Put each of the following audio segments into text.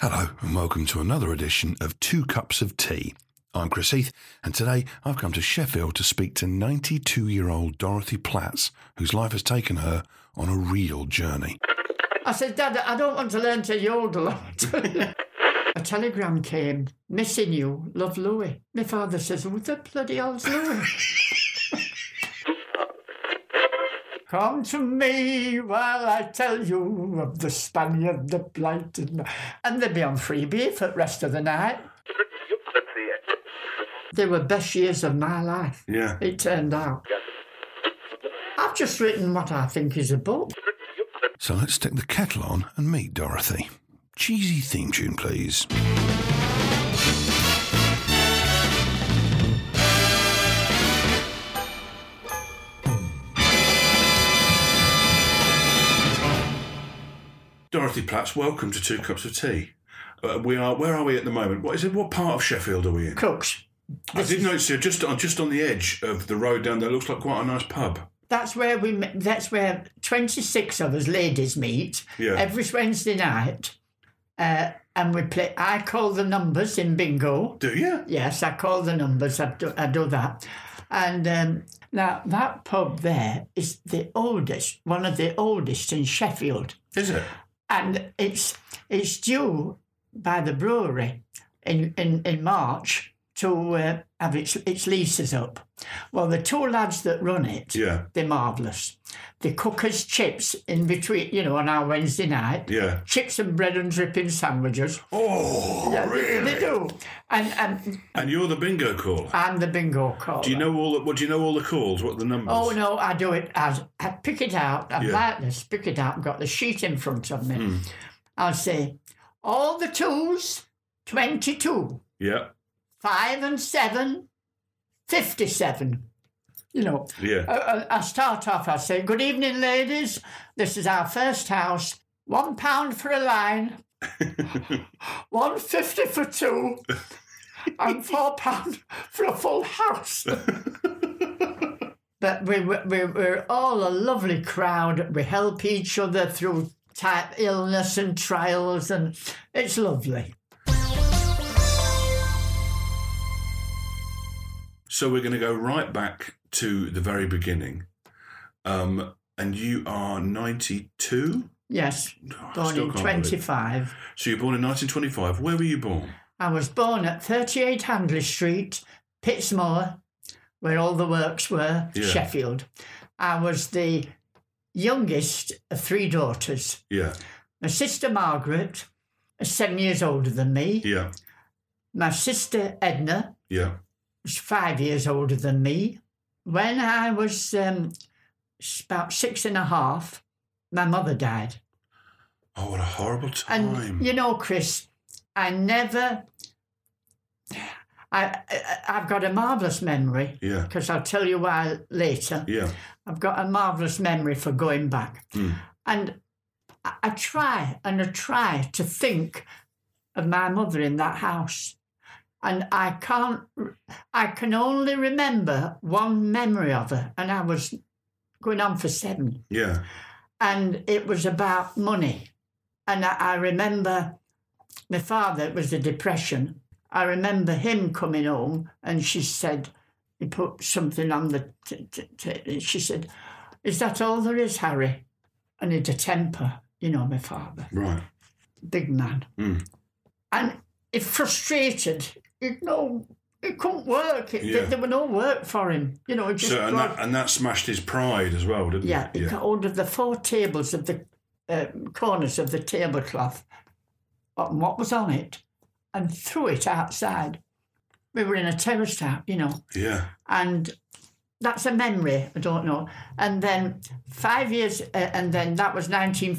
Hello, and welcome to another edition of Two Cups of Tea. I'm Chris Heath, and today I've come to Sheffield to speak to 92 year old Dorothy Platts, whose life has taken her on a real journey. I said, Dad, I don't want to learn to yodel. a telegram came, missing you, love Louis. My father says, What the bloody hell's Louis? Come to me while I tell you of the Spaniard, the blighted. And they'd be on free beer for the rest of the night. They were best years of my life. Yeah. It turned out. I've just written what I think is a book. So let's stick the kettle on and meet Dorothy. Cheesy theme tune, please. Dorothy Platts, welcome to Two Cups of Tea. Uh, we are. Where are we at the moment? What is it? What part of Sheffield are we in? Cooks. I did notice you're just on just on the edge of the road down there. Looks like quite a nice pub. That's where we. met- That's where twenty-six of us ladies meet Yeah. every Wednesday night, uh, and we play. I call the numbers in bingo. Do you? Yes, I call the numbers. I do, I do that, and um, now that pub there is the oldest, one of the oldest in Sheffield, Is it? and it's it's due by the brewery in in, in March to uh, have its its leases up. Well, the two lads that run it Yeah. they're marvellous. They cook us chips in between, you know, on our Wednesday night. Yeah. Chips and bread and dripping sandwiches. Oh, Yeah, they- really? They do. And, and And you're the bingo caller. I'm the bingo caller. do you know all? The, what do you know all the calls? What are the numbers? Oh, no, I do it. I, I pick it out. I Yeah. Hmm. like this. Pick it out. I've got the sheet in front of me. I'll say, all the twos, 22. Yeah. Five and seven, 57. You know, Yeah. I, I I Oh, start off, I say, Good evening, ladies. This is our first house. One pound for a line, one fifty for two, and four pound for a full house. but we, were- we, we're all a lovely crowd. We help each other through type illness and trials, and it's lovely. So we're going to go right back to the very beginning. Um, and you are 92? Yes, Oh, I born still in can't believe it. 25. So you're born in 1925. Where were you born? I was born at 38 Handley Street, Pittsmoor, where all the works were, Yeah. Sheffield. I was the youngest of three daughters. Yeah. My sister Margaret is seven years older than me. Yeah. My sister Edna Yeah. was five years older than me. When I was um, s- about six and a half, my mother died. Oh, what a horrible time. And you know, Chris, I never. I, I I've got a marvelous memory yeah. because I'll tell you why later. Yeah. I've got a marvelous memory for going back, Mm. and I, I try and I try to think of my mother in that house, and I can't. I can only remember one memory of her, and I was going on for seven Yeah. and it was about money. And I, I remember my father it was the depression. I remember him coming home, and she said, he put something on the. T- t- t- and she said, "Is that all there is, Harry?" And he'd a temper. you know, my father, Right. big man. Mm. And it frustrated. It, no, it couldn't work. It, Yeah. there, were no work for him. You know, it just So and got- that, and that smashed his pride as well, didn't Yeah, it? he got hold of the four tables of the um, corners of the tablecloth and what was on it and threw it outside. We were in a terrace house, you know, Yeah. and that's a memory, I don't know. And then five years, uh, and then that was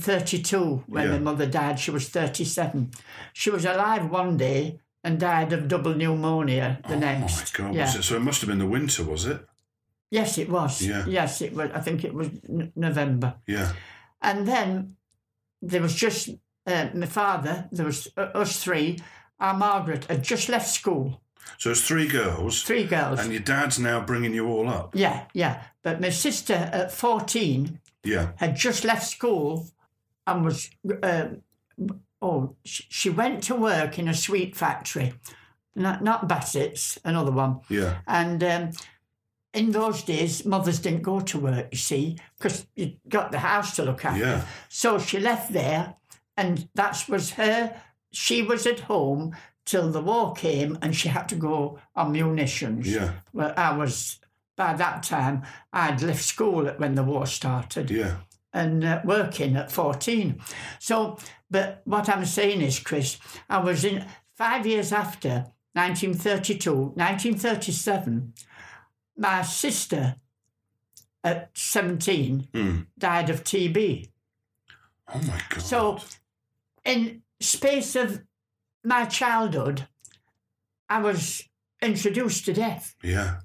1932 when Yeah. my mother died. She was 37. She was alive one day and died of double pneumonia the oh next. my God. Yeah. Was it, so it must have been the winter, was it? Yes, it was. Yeah. Yes, it was. I think it was n- November. Yeah. And then there was just uh, my father, there was uh, us three. Our Margaret had just left school, So it's three girls, three girls. and your dad's now bringing you all up. yeah, yeah. But my sister at 14 Yeah. had just left school and was, uh, oh, sh- she went to work in a sweet factory, not, not Bassett's, another one. Yeah. And um, in those days, mothers didn't go to work, you see, because you got the house to look after. Yeah. So she left there, and that was her. She was at home till the war came, and she had to go on munitions. Yeah. Well, I was by that time I'd left school when the war started Yeah. and uh, working at 14. So, but what I'm saying is, Chris, I was in five years after 1932, 1937, my sister at 17 Mm. died of TB. Oh my God. So, in space of my childhood, I was introduced to death, Yeah.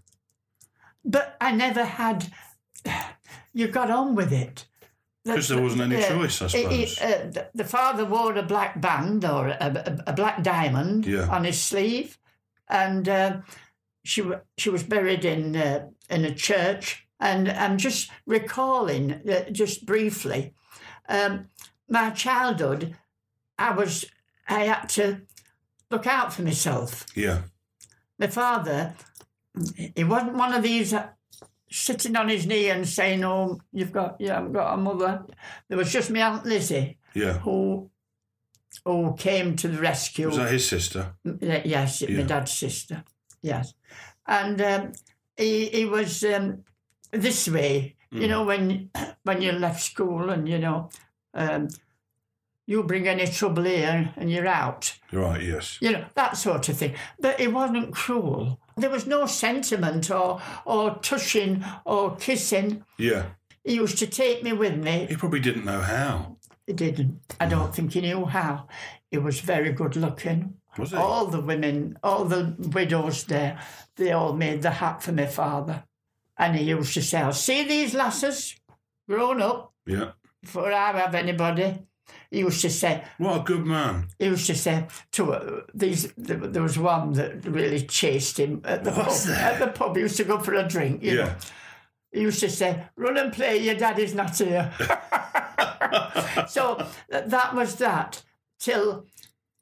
but I never had. You got on with it. Because there wasn't any Uh, choice, I it- suppose. it- uh, th- the father wore a black band or a, a- a black diamond Yeah. on his sleeve, and uh, she wa- she was buried in uh, in a church. And I'm just recalling uh, just briefly um, my childhood. I was I had to look out for myself. yeah. My father, he wasn't one of these uh, sitting on his knee and saying, "Oh, you've got yeah, I've got a mother." There was just my aunt Lizzie Yeah. who who came to the rescue. Was that his sister? M- yes, Yeah. my dad's sister. Yes, and um, he he was um, this way. You Mm. know when when you left school and you know. Um, you bring any trouble here and you're out. Right. Yes. You know, that sort of thing. But it wasn't cruel. There was no sentiment or or touching or kissing. Yeah. He used to take me with me. He probably didn't know how. He didn't. I don't think he knew how. He was very good looking. Was he? All the women, all the widows there, they all made the hat for my father. And he used to say, "I'll see these lasses grown up Yeah. before I have anybody. He used to say, What a good man. he used to say to uh, these. There, there was one that really chased him at the Was pub. there? At the pub, he used to go for a drink. You know, Yeah. he used to say, "Run and play. Your daddy's not here." so th- that was that till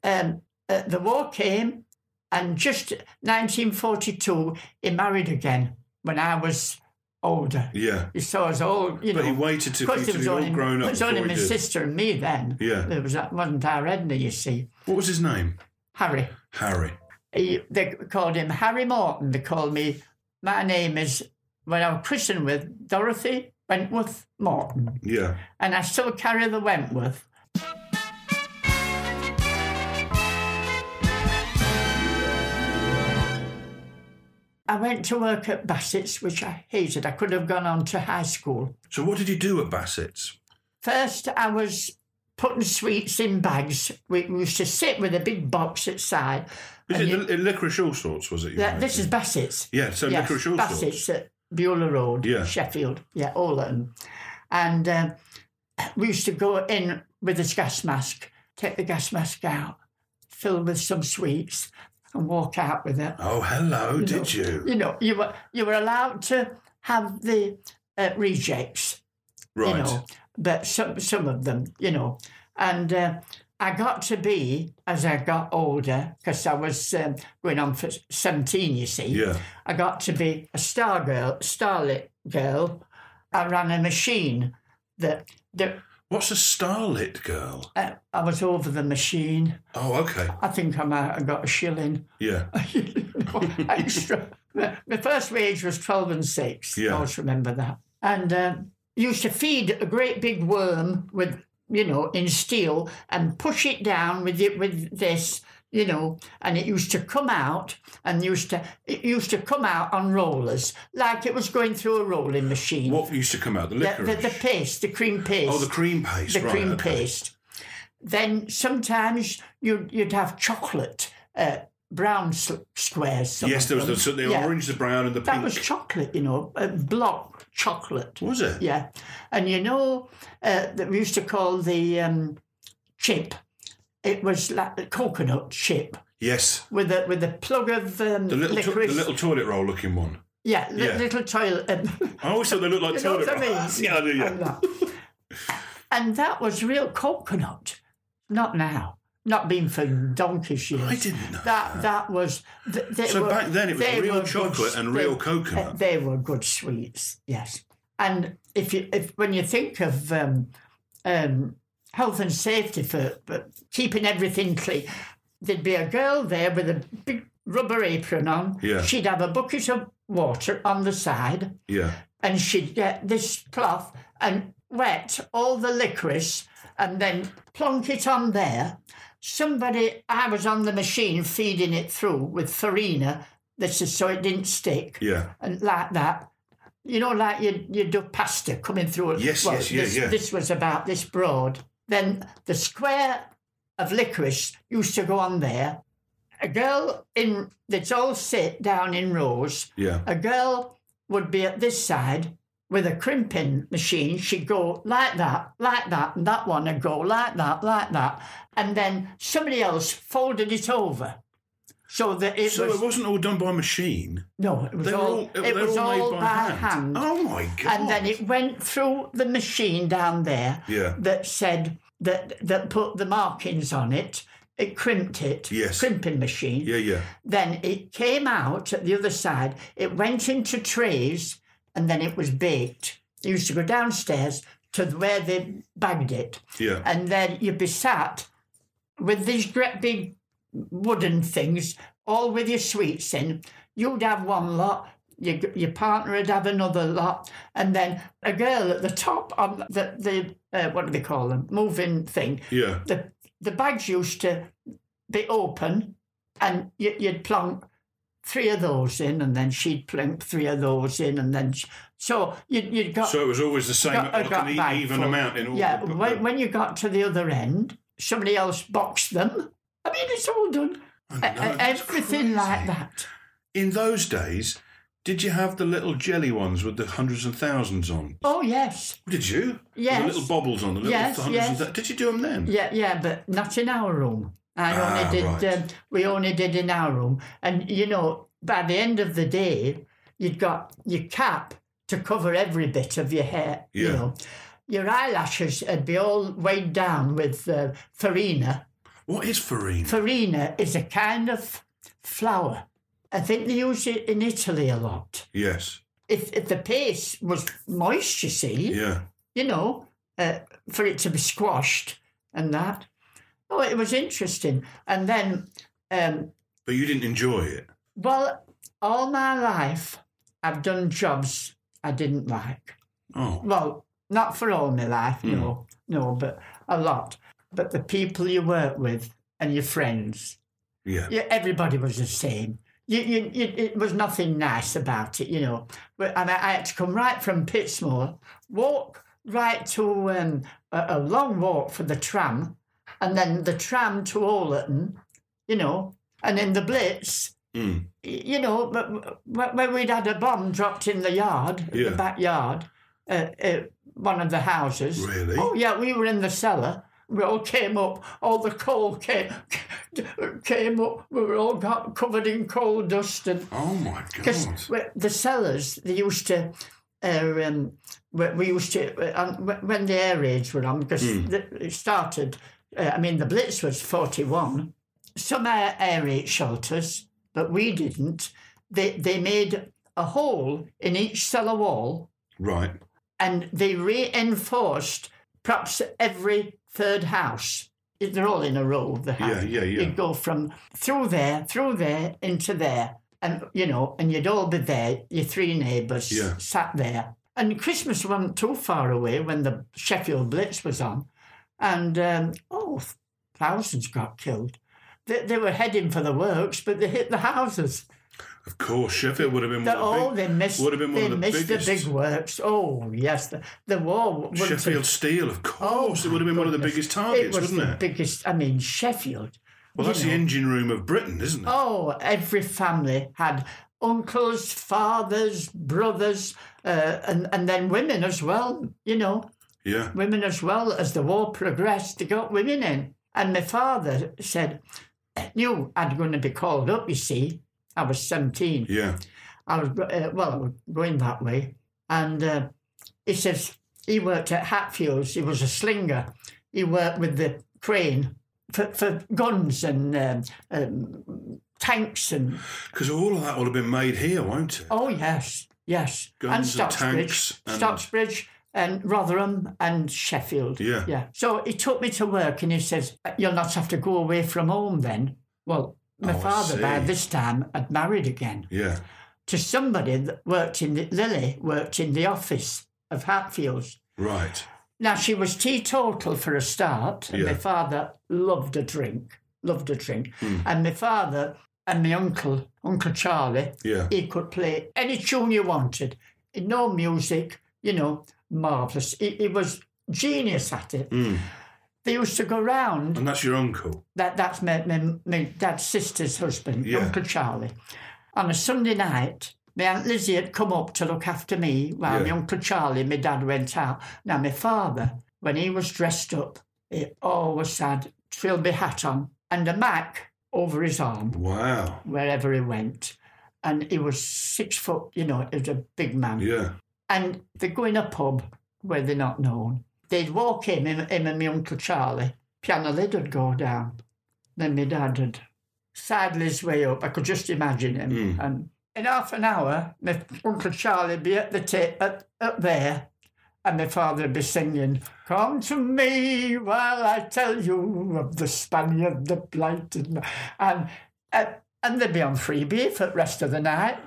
um, uh, the war came, and just 1942, he married again when I was older. Yeah. He saw us all, you But he know. waited till Because you it till was you all only, grown up. it was only before my he did. sister and me then. Yeah. There was, that wasn't our Edna, you see. What was his name? Harry. Harry. He, they called him Harry Morton. They called me. My name is when I was christened with Dorothy Wentworth Morton, Yeah. and I still carry the Wentworth. I went to work at Bassett's, which I hated. I could have gone on to high school. So what did you do at Bassett's? First, I was putting sweets in bags. We we used to sit with a big box outside. Is and it you- li- licorice all sorts? Was it? you Yeah, made? this is Bassett's. Yeah. So Yes, licorice all sorts. Bassett's at Beulah Road, Yeah. Sheffield. Yeah, all of them. And um, we used to go in with this gas mask, take the gas mask out, fill with some sweets, and walk out with it. Oh, hello. know, Did you? You know, you were you were allowed to have the uh, rejects, you Right. know, but some some of them, you know, and. Uh, I got to be as I got older because I was um, going on for seventeen. You see, Yeah. I got to be a star girl, starlit girl. I ran a machine that that What's a starlit girl? Uh, I was over the machine. Oh, okay. I think I might have got a shilling. Yeah. extra. My first wage was 12 and 6. Yeah. I always remember that. And um used to feed a great big worm with, you know, in steel and push it down with it with this, you know, and it used to come out and used to it used to come out on rollers like it was going through a rolling machine. What used to come out? The the, licorice? the, the paste, the cream paste oh, the cream paste. the right, cream okay. paste. Then sometimes you'd, you'd have chocolate uh, brown s- squares. some Yes, of there was them. the, so the Yeah. orange, the brown, and the That pink. was chocolate, you know, uh, block chocolate. Was it? Yeah. And you know, uh, that we used to call the um, chip, it was like a coconut chip Yes. with a, with a plug of um, The little, to- licorice. the little toilet roll looking one. yeah, li- yeah. little toilet. um, I always thought they looked like You know toilet what I mean? rolls. yeah, I do, and yeah. that. And that was real coconut. Not now. Not been for donkey's years. I didn't know. That that was. Th- they So were- back then it was they real were good chocolate and sweet- real coconut. uh, They were good sweets. Yes. And if you if when you think of um, um, health and safety for, for keeping everything clean, there'd be a girl there with a big rubber apron on. Yeah. She'd have a bucket of water on the side Yeah. and she'd get this cloth and wet all the licorice and then plonk it on there. Somebody, I was on the machine feeding it through with farina, this is so it didn't stick, Yeah. and like that. You know, like you you do pasta coming through. it. Yes, yes, yeah, this, yeah. This was about this broad. Then the square of licorice used to go on there. A girl in, they'd all sit down in rows, Yeah. a girl would be at this side with a crimping machine. She'd go like that, like that, and that one would go like that, like that. And then somebody else folded it over. So that it so was it wasn't all done by machine. no, it was They were all, all, it they were was all made all by, by, hand. hand. Oh my god! and then it went through the machine down there Yeah. that said that that put the markings on it. It crimped it. Yes. Crimping machine. Yeah, yeah. Then it came out at the other side. It went into trays and then it was baked. You used to go downstairs to where they bagged it. Yeah. And then you'd be sat with these great big wooden things, all with your sweets in. You'd have one lot. Your, your partner would have another lot, and then a girl at the top on the the uh, what do they call them moving thing Yeah. the the bags used to be open, and you, you'd plonk three of those in, and then she'd plonk three of those in, and then she, so you, you'd got So it was always the same, got, a like got an e- bag even full. amount in all. Yeah, the- when, when you got to the other end, somebody else boxed them. I mean, it's all done. I E- know, e- that's everything crazy. like that. In those days, did you have the little jelly ones with the hundreds and thousands on? Oh yes, Did you? Yes. The little bobbles on the little Yes, hundreds and yes. thou- Did you do them then? yeah, yeah, but not in our room. I Ah, only did. right. Um, we only did in our room, and you know, by the end of the day, you'd got your cap to cover every bit of your hair. You Yeah. know, your eyelashes would be all weighed down with uh, farina. What is farina? Farina is a kind of flour. I think they use it in Italy a lot. yes. If, if the paste was moist, you see, Yeah. you know, uh, for it to be squashed and that. Oh, it was interesting. And then, um, But you didn't enjoy it. well, all my life, I've done jobs I didn't like. Oh. Well, not for all my life, no, no, but a lot. But the people you work with and your friends, Yeah. yeah, everybody was the same. You, you, you, it was nothing nice about it, you know. But and I, I had to come right from Pittsmore, walk right to um, a, a long walk for the tram, and then the tram to Allerton, you know, and in the Blitz, Mm. y- you know, but when when we'd had a bomb dropped in the yard, Yeah. the backyard, uh, uh, one of the houses. Really? Oh yeah, we were in the cellar. We all came up. All the coal came came up. We were all got covered in coal dust and Oh my because god. the cellars they used to. Uh, um, we, we used to uh, um, wh- when the air raids were on because the, it started. Uh, I mean, the Blitz was forty-one. Some air, air raid shelters, but we didn't. They they made a hole in each cellar wall Right. and they reinforced perhaps every third house. They're all in a row. The Yeah, house. yeah, yeah. You'd go from through there, through there, into there, and you know, and you'd all be there. Your three neighbours Yeah. sat there. And Christmas wasn't too far away when the Sheffield Blitz was on, and um, oh, thousands got killed. They, they were heading for the works, but they hit the houses. Of course, Sheffield would have been The, one oh, of the they big, missed. would have been one they of the missed biggest. the big works. Oh yes, the, the war. was- Sheffield Steel, of Oh, course, it would have been my one of the goodness. biggest targets, it was wouldn't the it? Biggest. I mean, Sheffield. well, you that's the know. engine room of Britain, isn't it? Oh, every family had uncles, fathers, brothers, uh, and and then women as well. You know, Yeah, women as well as the war progressed. They got women in, and my father said, "Knew I'd going to be called up." You see, I was seventeen. yeah. I was uh, well, I was going that way, and uh, he says he worked at Hatfields. He was a slinger. He worked with the crane for, for guns and um, um, tanks and Because all of that would have been made here, won't it? oh yes, yes, Guns and and Stocksbridge, tanks and- Stocksbridge. And Rotherham and Sheffield. Yeah. Yeah. So he took me to work and he says, You'll not have to go away from home then. Well, my Oh, I father by see. this time had married again. Yeah, to somebody that worked in the, Lily worked in the office of Hatfields. right. Now she was teetotal for a start, and Yeah. my father loved a drink, loved a drink, and my father and my uncle, Uncle Charlie, Yeah. he could play any tune you wanted, no music, you know, marvelous. He, he was genius at it. Mm. They used to go round And that's your uncle. that that's my, my, my dad's sister's husband, Yeah. Uncle Charlie. On a Sunday night, my Aunt Lizzie had come up to look after me while Yeah. my Uncle Charlie and my dad went out. Now, my father, when he was dressed up, he always had trilby hat on and a Mac over his arm Wow. wherever he went. And he was six foot, you know, he was a big man Yeah. and they'd go in a pub where they're not known. They'd walk in, him, him and my Uncle Charlie. Piano lid would go down. Then my dad would sidle his way up. I could just imagine him. Mm. And in half an hour, my Uncle Charlie would be at the ta- up, up there, and my father would be singing, Come to me while I tell you of the Spaniard, the blighted. man." And, and, and they'd be on free beer for the rest of the night.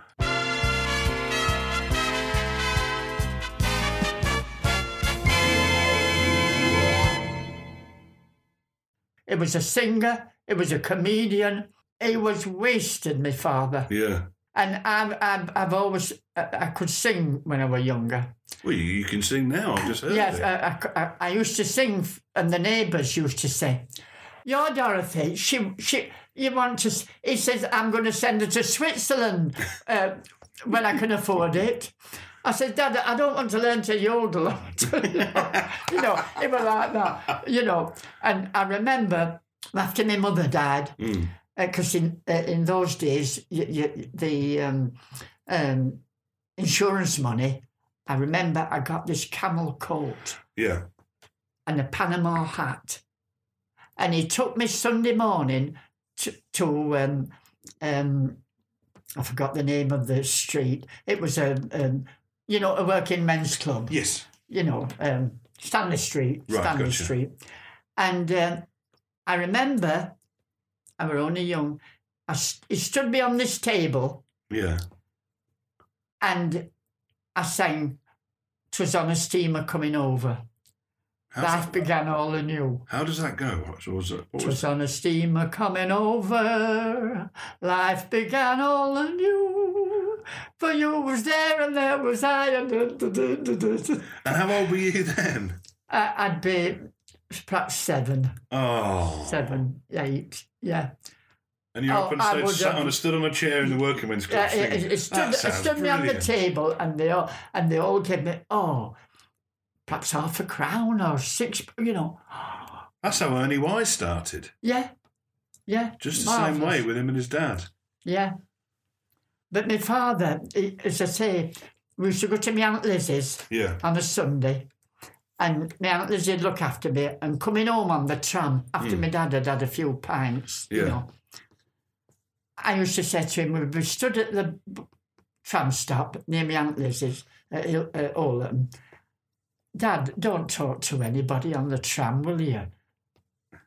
It was a singer. It was a comedian. He was wasted, my father. Yeah. And I've, I've, I've always, I, I could sing when I were younger. Well, you, you can sing now. I've just heard Yes, uh, it. I, I c- I, I used to sing, f- and the neighbours used to say, "You're Dorothy. She, she, you want to?" s- He says, "I'm going to send her to Switzerland uh, when I can afford it." I said, "Dad, I don't want to learn to yodel." you know, it was like that. You know, and I remember after my mother died, Mm. because in uh, in those days, you, you, the um, um, insurance money. I remember I got this camel coat Yeah. and a Panama hat, and he took me Sunday morning to to um, um, I forgot the name of the street. It was a um, you know a working men's club Yes. you know, um, Stanley Street, Right, Stanley gotcha. Street. And um, I remember, I were only young, I st- he stood me on this table Yeah. and I sang, "'Twas on a steamer coming over. How's Life that- began all anew. How does that go? What was it? What was Twas on a steamer coming over. Life began all anew. For you was there and there was I. And And how old were you then? I- I'd be perhaps seven. Oh. seven, eight, yeah. And you're Oh, up and I stood, would sat have- on a stood on a chair in the working men's club. yeah it, singing. it- it stood, That it sounds stood me on the brilliant. table, and they all and they all gave me oh, perhaps half a crown or six, you know, That's how Ernie Wise started. yeah, yeah, Just the same marvellous. way with him and his dad. yeah. But my father, he- as I say, we used to go to my aunt Lizzie's Yeah. on a Sunday. And my aunt Lizzie'd look after me and coming home on the tram after my dad had had a few pints, Hmm. Yeah. you know. I used to say to him, we'd be stood at the b- tram stop near my aunt Lizzie's at Hil- uh, Oldham. Dad, don't talk to anybody on the tram, will you?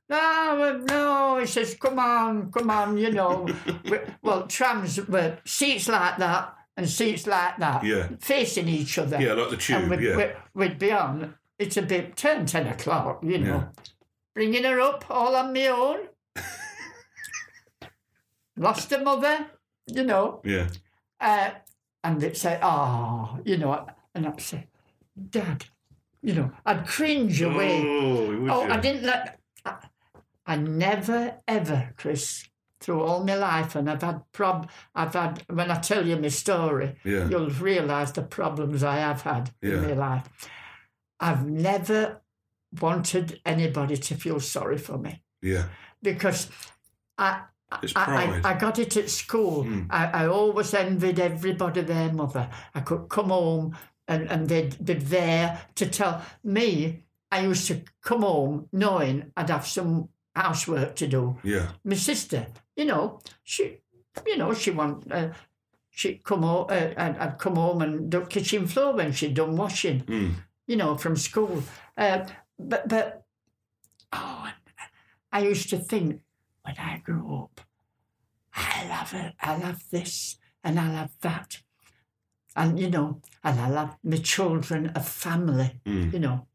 No, well, no, he says, come on, come on, you know. We- well, trams were seats like that and seats like that, Yeah. facing each other. Yeah, like the tube. and we'd, yeah. we'd, we'd be on, it's a bit 10, 10 o'clock, you know. Bringing her up all on my own. Lost her mother, you know. yeah. Uh, and they'd say, oh, you know, and I'd say, Dad, you know, I'd cringe away. Oh, would oh, you? I didn't let. I, I never, ever, Chris, through all my life, and I've had prob. I've had when I tell you my story, Yeah. you'll realise the problems I have had Yeah. in my life. I've never wanted anybody to feel sorry for me Yeah. because I It's I, pride. I, I got it at school. Mm. I, I always envied everybody their mother. I could come home and, and they'd be there to tell me. I used to come home knowing I'd have some housework to do. yeah. My sister, you know, she, you know, she want, uh, she'd come home, uh, I'd, I'd come home and do kitchen floor when she'd done washing Mm. you know, from school. Uh, but but oh, and I used to think when I grew up, I'll have it, I'll have this, and I'll have that, and you know, and I'll have my children a family, Mm. you know.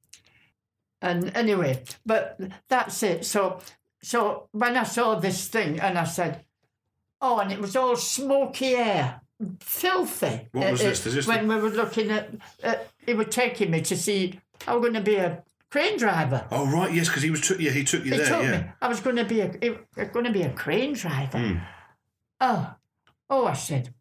And anyway, but that's it. So so when I saw this thing, and I said, oh, and it was all smoky air. Filthy. What was Uh, this? uh, Is this the- when we were looking at, uh, it was taking me to see I was going to be a crane driver. Oh right, yes, because he was. took yeah, he took you He there. told yeah. me I was going to be a going to be a crane driver. Mm. Oh, oh, I said,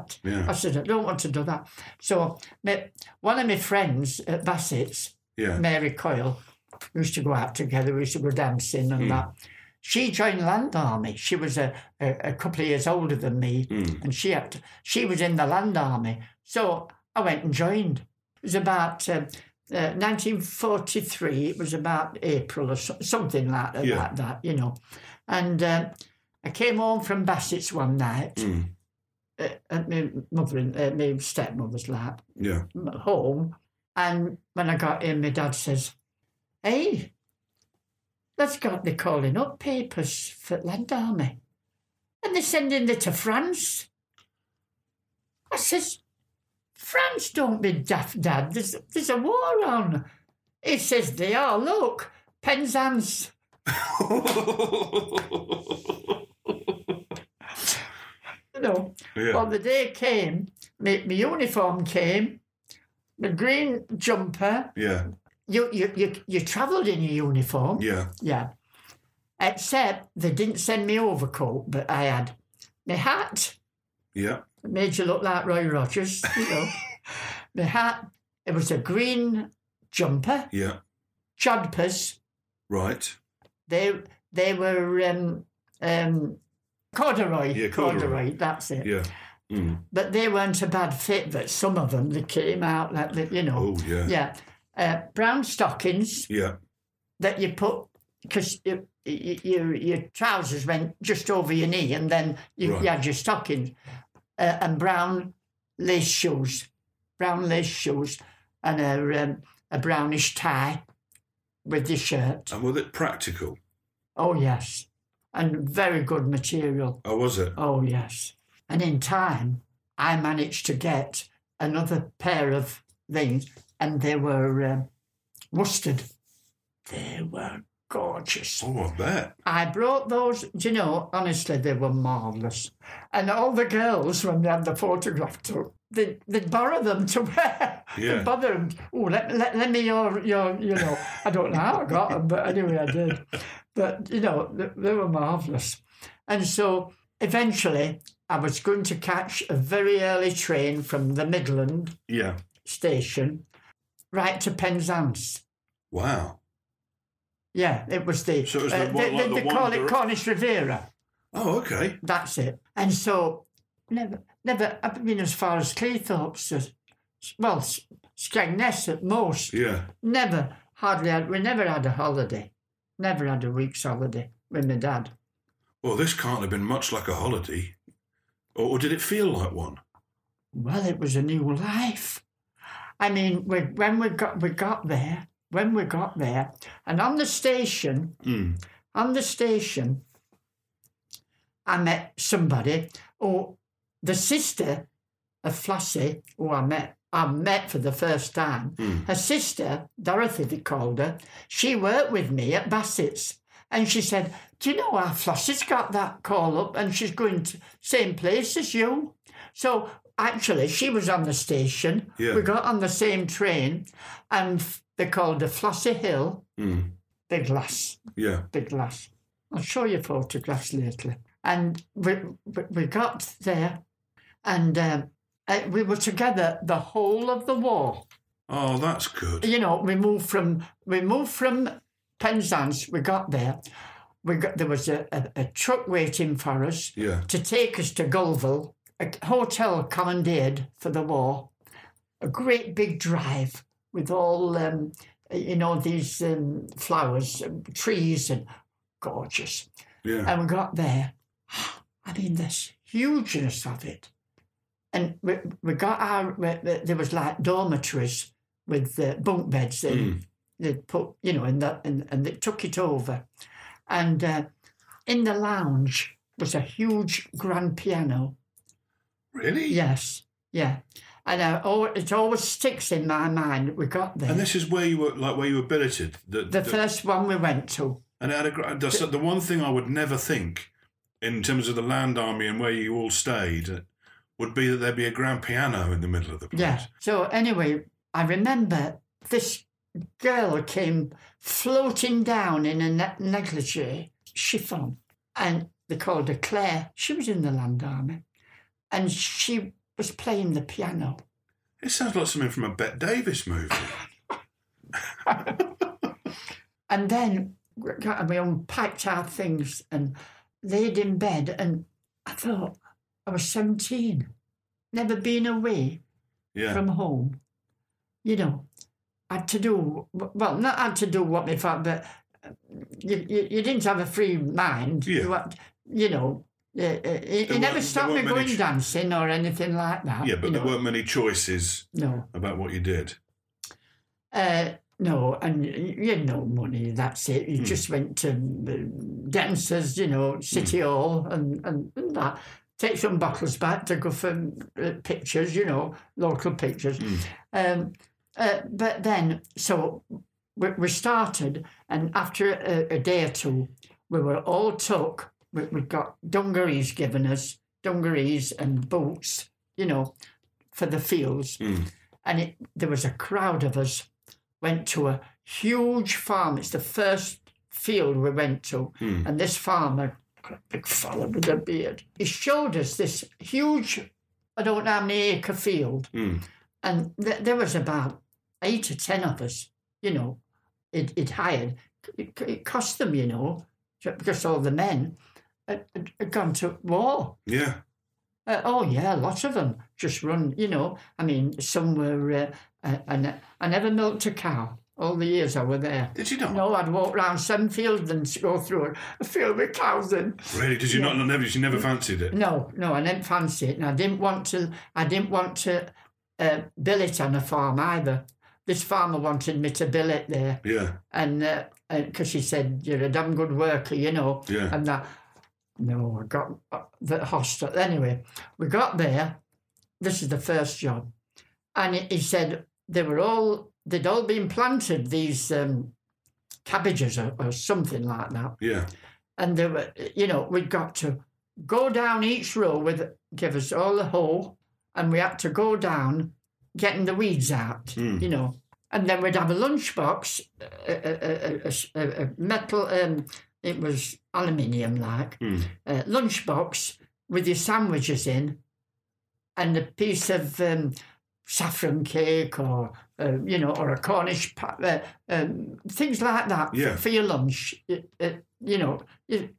I Yeah. said, I don't want to do that. So my, one of my friends at Bassett's, Yeah. Mary Coyle, we used to go out together. We used to go dancing Hmm. and that. She joined Land Army. She was a, a, a couple of years older than me, Mm. and she had to, she was in the Land Army. So I went and joined. It was about um, uh, 1943. It was about April or so, something like that, Yeah. like that, you know. And um I came home from Bassett's one night Mm. uh, at my mother and uh, my stepmother's lap Yeah. m- home. And when I got in, my dad says, Hey, that's got the calling up papers for Land Army. And they're sending it to France. I says, France don't be daft, Dad. There's, there's a war on. He says, They are. Look, Penzance. You know, yeah. Well, the day came, my, my uniform came, my green jumper. Yeah. You you you, you travelled in your uniform. Yeah. Yeah. Except they didn't send me overcoat, but I had my hat. Yeah. It made you look like Roy Rogers, you know. my hat. It was a green jumper. Yeah. Jodhpurs. Right. They they were um, um, corduroy. Yeah, corduroy. That's it. Yeah. Mm. but they weren't a bad fit. But some of them, they came out like that, you know. Oh yeah. Yeah, uh, brown stockings Yeah. that you put because you, you, your your trousers went just over your knee, and then you, Right. you had your stockings uh, and brown lace shoes, brown lace shoes, and a um, a brownish tie with the shirt. And was it practical? Oh yes, and very good material. Oh, was it? Oh, yes. And in time, I managed to get another pair of things, and they were um, mustard. They were gorgeous. Oh, I bet. I brought those, do you know, honestly, they were marvellous. And all the girls, when they had the photograph took, they'd, they'd borrow them to wear. Yeah. They'd bother them. Oh, let, let, let me your, your, you know, I don't know how I got them, but anyway, I did. But, you know, they, they were marvellous. And so eventually, I was going to catch a very early train from the Midland Yeah. station right to Penzance. Wow. Yeah, it was the. uh, So it was the one- like they, they- the they call Wanderer- it Cornish Riviera. Oh, okay. That's it. And so, never, never. I've been as far as Cleethorpes, as- well, S- Skegness at most. Yeah. Never, hardly. Had, we never had a holiday. Never had a week's holiday with my dad. Well, this can't have been much like a holiday, or, or did it feel like one? Well, it was a new life. I mean, we, when we got we got there, when we got there, and on the station, Mm. on the station, I met somebody, or the sister of Flossie, who I met, I met for the first time. Mm. Her sister, Dorothy, they called her. She worked with me at Bassett's, and she said, "Do you know our Flossie's got that call up, and she's going to same place as you?" So actually, she was on the station. Yeah. We got on the same train, and f- they called her Flossie Hill, Mm. Big Lass Yeah. big lass. I'll show you photographs later. And we we- we got there, and um, uh, we were together the whole of the war. Oh, that's good. You know, we moved from we moved from Penzance. We got there. We got there was a, a, a truck waiting for us Yeah. to take us to Gulville, a hotel commandeered for the war. A great big drive with all, um, you know, these um, flowers, um, trees, and gorgeous. Yeah. And we got there. I mean, this hugeness of it. And we, we got our, we, we- there was like dormitories with uh, bunk beds in Mm. they put you know in that and, and they took it over and uh, in the lounge was a huge grand piano Really? yes yeah and I, al it always sticks in my mind that we got there And this is where you were, like, where you were billeted. The, the first one we went to And it had a, gr- the, so the one thing I would never think, in terms of the land army and where you all stayed, would be that there'd be a grand piano in the middle of the place. yeah so anyway i remember this girl came floating down in a ne- negligee chiffon and they called her claire she was in the land army and she was playing the piano It sounds like something from a Bette Davis movie. And then we got- and we unpacked our things and laid in bed. And I thought, I was 17, never been away Yeah. from home. You know, had to do, well, not had to do what we thought, but you, you, you didn't have a free mind. Yeah. You, had, you know, uh, uh, it, There it weren't- there never stopped me weren't many going ch- dancing or anything like that. yeah, but you there know. weren't many choices No, about what you did. uh, no, and y- you had no money. That's it. Hmm. You just went to um, dancers, you know, City Hall and, and, and that. Take some bottles back to go for uh, pictures, you know, local pictures. Hmm, Um, uh, but then, so we, we started, and after a, a day or two, we were all took. We, we got dungarees given us, dungarees and boots, you know, for the fields hmm, and it, there was a crowd of us went to a huge farm it's the first field we went to hmm, and this farmer a big fella with a beard he showed us this huge i don't know how many acre field Mm. and th- there was about eight or ten of us you know it, it hired it, it cost them you know because all the men had, had- had gone to war Yeah. uh, oh yeah, lots of them just run. You know, I mean, some were. Uh, uh, and I never milked a cow all the years I were there. Did you not? No, I'd walk round some field and s- go through a field with cows in. Really? Did you not? Never. You never fancied it. No, no, I didn't fancy it, and I didn't want to. I didn't want to uh, billet on a farm either. This farmer wanted me to billet there Yeah. and because she said you're a damn good worker, you know, Yeah. and that. No, I got uh, the hostel. Anyway, we got there. This is the first job, and he he said they were all they'd all been planted these um, cabbages or, or something like that, Yeah. and they were you know we'd got to go down each row with give us all the hoe, and we had to go down getting the weeds out, Mm. you know. And then we'd have a lunchbox, a, a- a- a- a- a metal, um, it was aluminium like, Mm. uh, lunchbox with your sandwiches in and a piece of um, saffron cake or, uh, you know, or a Cornish, pa- uh, um, things like that Yeah. for, for your lunch. It- it- you know, you,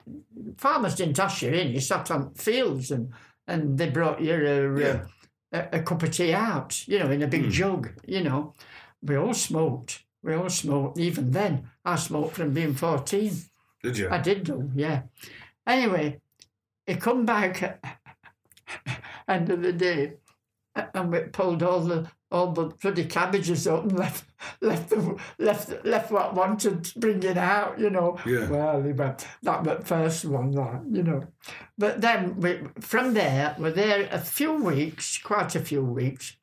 farmers didn't ask you in, you sat on fields and, and they brought you a, uh, Yeah. Hmm. a, a cup of tea out, you know, in a big jug, you know. We all smoked. We all smoked even then. I smoked from being 14. Did you? I did do, yeah. Anyway, he come back at end of the day a- and we pulled all the all the bloody cabbages up and left left the, left left what wanted bringing out, you know. Yeah. Well, he went, that was the first one, that you know. But then we, from there, we're there a few weeks, quite a few weeks.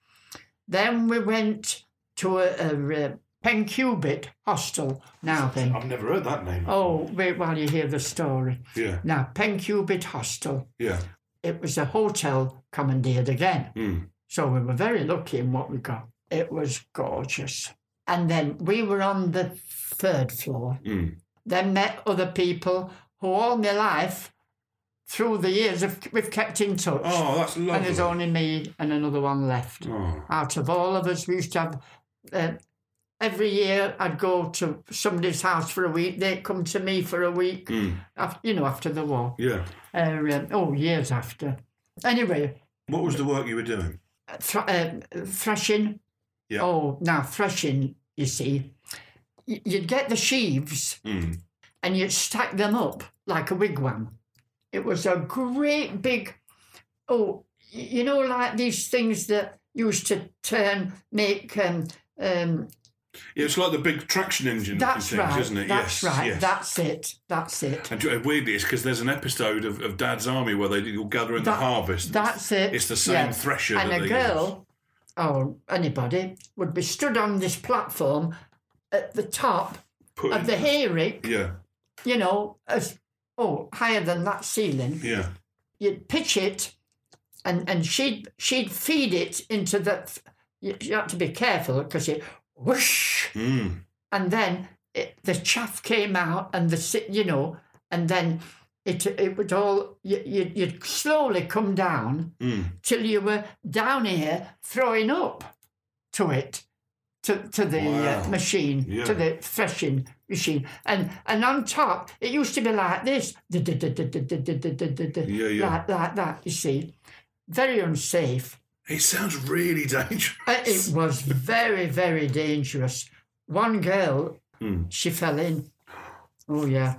Then we went to a, a, uh Pencubit hostel. Now then, I've never heard that name. oh wait while you hear the story. Yeah, Now Pencubit hostel. yeah. It was a hotel commandeered again. Mm. So we were very lucky in what we got. It was gorgeous. And then we were on the third floor, Mm. then met other people who all my life, through the years, have, we've kept in touch. Oh, that's lovely. and there's only me and another one left. Oh, Out of all of us, we used to have. Uh, Every year, I'd go to somebody's house for a week. They'd come to me for a week, Mm. af you know, after the war. yeah. Uh, um, oh, years after. Anyway, What was the work you were doing? thr- um, threshing. Yeah. Oh, now threshing, you see, y- you'd get the sheaves Mm. and you'd stack them up like a wigwam. It was a great big, oh, y- you know, like these things that used to turn, make, um, um, It's like the big traction engine. that's things, right. isn't it? That's yes, right. Yes. That's it. That's it. And do- uh, weirdly, it's because there's an episode of, of Dad's Army where they all gather in the That- harvest. That's it. It's the same yeah. thresher. and that a they girl or anybody would be stood on this platform at the top use. Put of in- the hayrick, Yeah, you know, as oh higher than that ceiling. yeah. You'd pitch it, and and she'd she'd feed it into the. You, you had to be careful because it whoosh, Mm. and then it, the chaff came out, and the si- you know, and then it it would all you, you you'd slowly come down Mm. till you were down here throwing up to it, to, to the Wow. uh, machine, Yeah. to the threshing machine. And and on top, it used to be like this, du- du- du- du- du- du- du- du- du- du- Yeah, yeah. like like that. You see, very unsafe. It sounds really dangerous. Uh, It was very very dangerous. One girl, Hmm. she fell in. Oh yeah,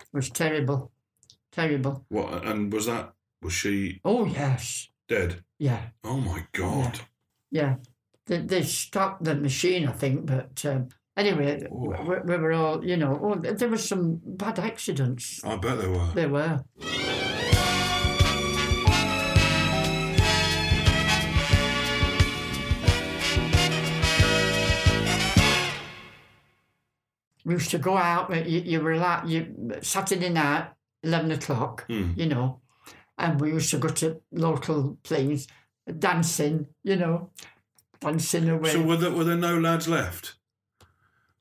it was terrible, terrible. What? And was that? Was she Oh yes, dead? yeah. Oh my God! Yeah, they, they stopped the machine, I think. But um, anyway, we, we were all, you know, oh, there were some bad accidents. I bet there were. There were. We used to go out. but You, you were like you Saturday night, eleven o'clock. Mm. You know, and we used to go to local things, dancing. You know, dancing away. So were there, were there no lads left?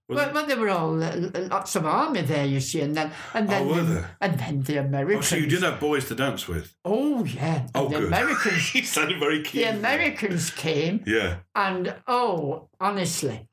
Was Well, it- well, there were all uh, lots of army there, you see, and then and Oh, then were the, there? and then the oh, Americans. so you did have boys to dance with. Oh yeah, Oh, the good. Americans. He sounded very keen. the Americans came, Yeah. and oh, honestly,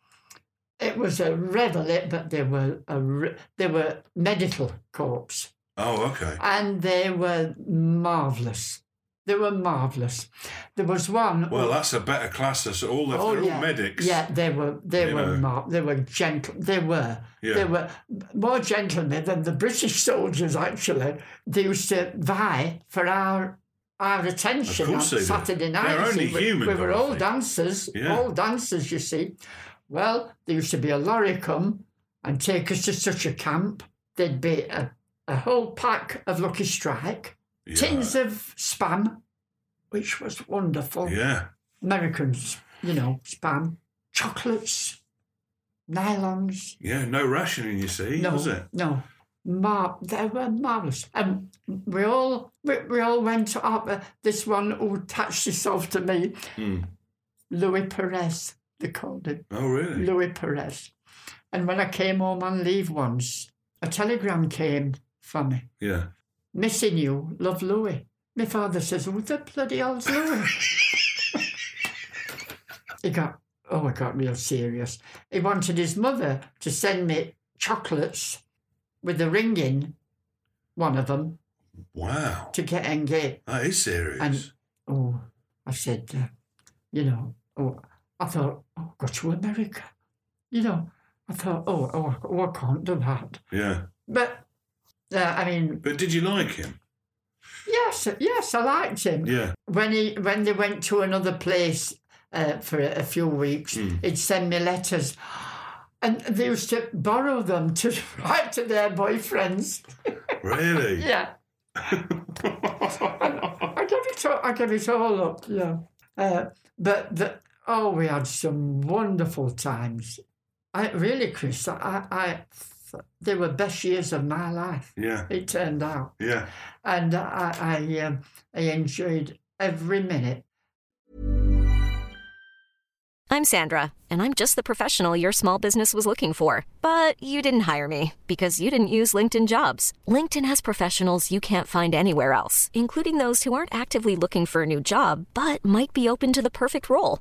it was a revel. It, but they were a re- they were medical corps, Oh, okay. and they were marvelous. They were marvelous. There was one. Well, that's a better class. That's all. They're, Oh, they're yeah. all medics. Yeah, they were they You were know. mar- they were gentle they were Yeah. they were more gentlemen than the British soldiers actually. They used to vie for our our attention Of on course they did. Saturday night. They're you see. only we, human, we were aren't all they? dancers, Yeah. all dancers, you see. Well, there used to be a lorry come and take us to such a camp. There'd be a, a whole pack of Lucky Strike, Yeah. tins of spam, which was wonderful. Yeah. Americans, you know, spam, chocolates, nylons. Yeah. No rationing, you see, No, was it? no, mar- they were marvelous. And we all we, we all went up. uh, This one who attached himself to me, Mm. Louis Perez, they called him Oh, really? Louis Perez. And when I came home on leave once, a telegram came for me. Yeah. Missing you, love Louis. My father says, Who the bloody hell's Louis? he got, oh, it got real serious. He wanted his mother to send me chocolates with the ring in one of them Wow. to get engaged. That is serious. And- Oh, I said, uh, you know, oh, I thought, oh, go to America. You know, I thought, oh, oh, oh I can't do that. yeah. But, uh, I mean, But did you like him? yes, yes, I liked him. Yeah. when he when they went to another place uh, for a, a few weeks. He'd send me letters. And they used to borrow them to write to their boyfriends. Really? Yeah. I gave it all, I gave it all up, yeah. Uh, but the, oh, we had some wonderful times. I really, Chris, I, I they were best years of my life. Yeah. It turned out, Yeah. and I I, um, I enjoyed every minute. I'm Sandra, and I'm just the professional your small business was looking for. But you didn't hire me because you didn't use LinkedIn jobs. LinkedIn has professionals you can't find anywhere else, including those who aren't actively looking for a new job but might be open to the perfect role,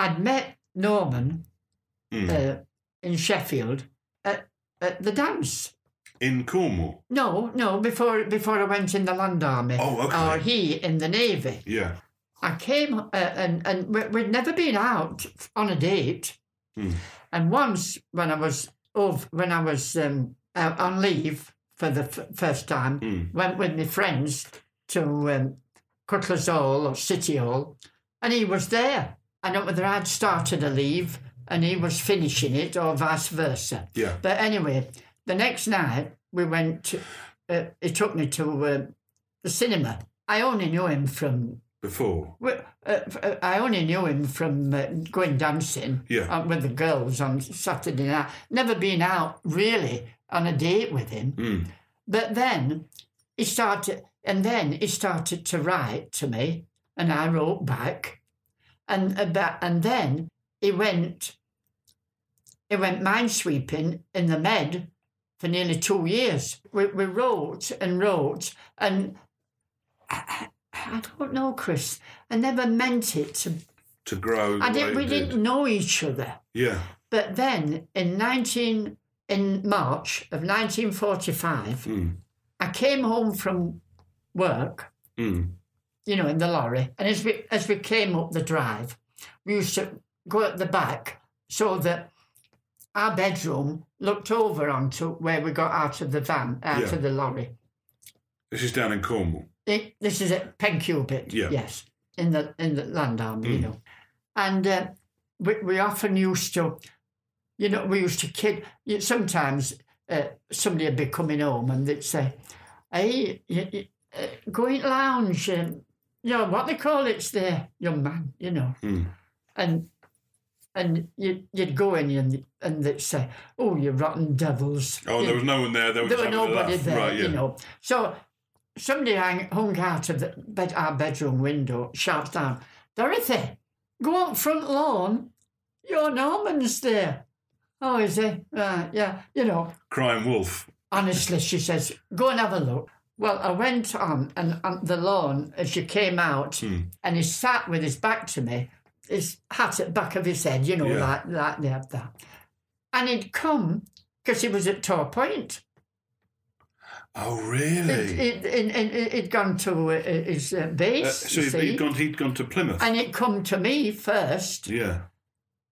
I'd met Norman Mm. uh, in Sheffield at, at the dance. In Cornwall. No, no, before before I went in the Land Army, Oh, okay. or he in the Navy. Yeah. I came uh, and and we- we'd never been out on a date. Hmm. And once when I was off, when I was um, out on leave for the f- first time, Mm. went with my friends to um, Cutler's Hall or City Hall, and he was there. I don't know whether I'd started a leave and he was finishing it or vice versa. Yeah. But anyway, the next night we went. To, uh, he took me to uh, the cinema. I only knew him from Before. well, uh, f- uh, I only knew him from uh, going dancing Yeah. uh, with the girls on Saturday night. Never been out really on a date with him. Mm. But then he started, and then he started to write to me, and I wrote back, and about, and then he went, he went minesweeping in the Med for nearly two years. We, we wrote and wrote, and I, I don't know, Chris. I never meant it to. To grow. I the way didn't. it We didn't know each other. Yeah. But then in nineteen in March of nineteen forty five. Mm. I came home from work, Mm. you know, in the lorry, and as we as we came up the drive, we used to go at the back so that our bedroom looked over onto where we got out of the van, out Yeah. of the lorry. This is down in Cornwall. It- this is at Pencubit, Yeah. Mm. yes, in the in the land army, you know, and uh, we we often used to, you know, we used to kid. you- Sometimes uh, somebody would be coming home and they'd say, "Hey, you, you, uh, go in lounge," and you know what they call it's there, young man, you know, Mm. and. And you'd, you'd go in and, and they'd say, Oh, you rotten devils. Oh, You there was no one there. They were there just were having a nobody laugh. there, Right, yeah. you know. So somebody hang, hung out of the bed, our bedroom window, shouts down, Dorothy, go up front lawn. Your Norman's there. Oh, is he? Right, yeah, you know. Crying wolf. Honestly, she says, go and have a look. Well, I went on and on the lawn as she came out, Hmm. and he sat with his back to me, his hat at the back of his head, you know, Yeah. like, like they have that. And he'd come because he was at Tor Point. Oh, really? It, it, it, it, it'd gone to uh, his uh, base, Uh, so you he'd, see, he'd gone, he'd gone to Plymouth. and it come to me first yeah.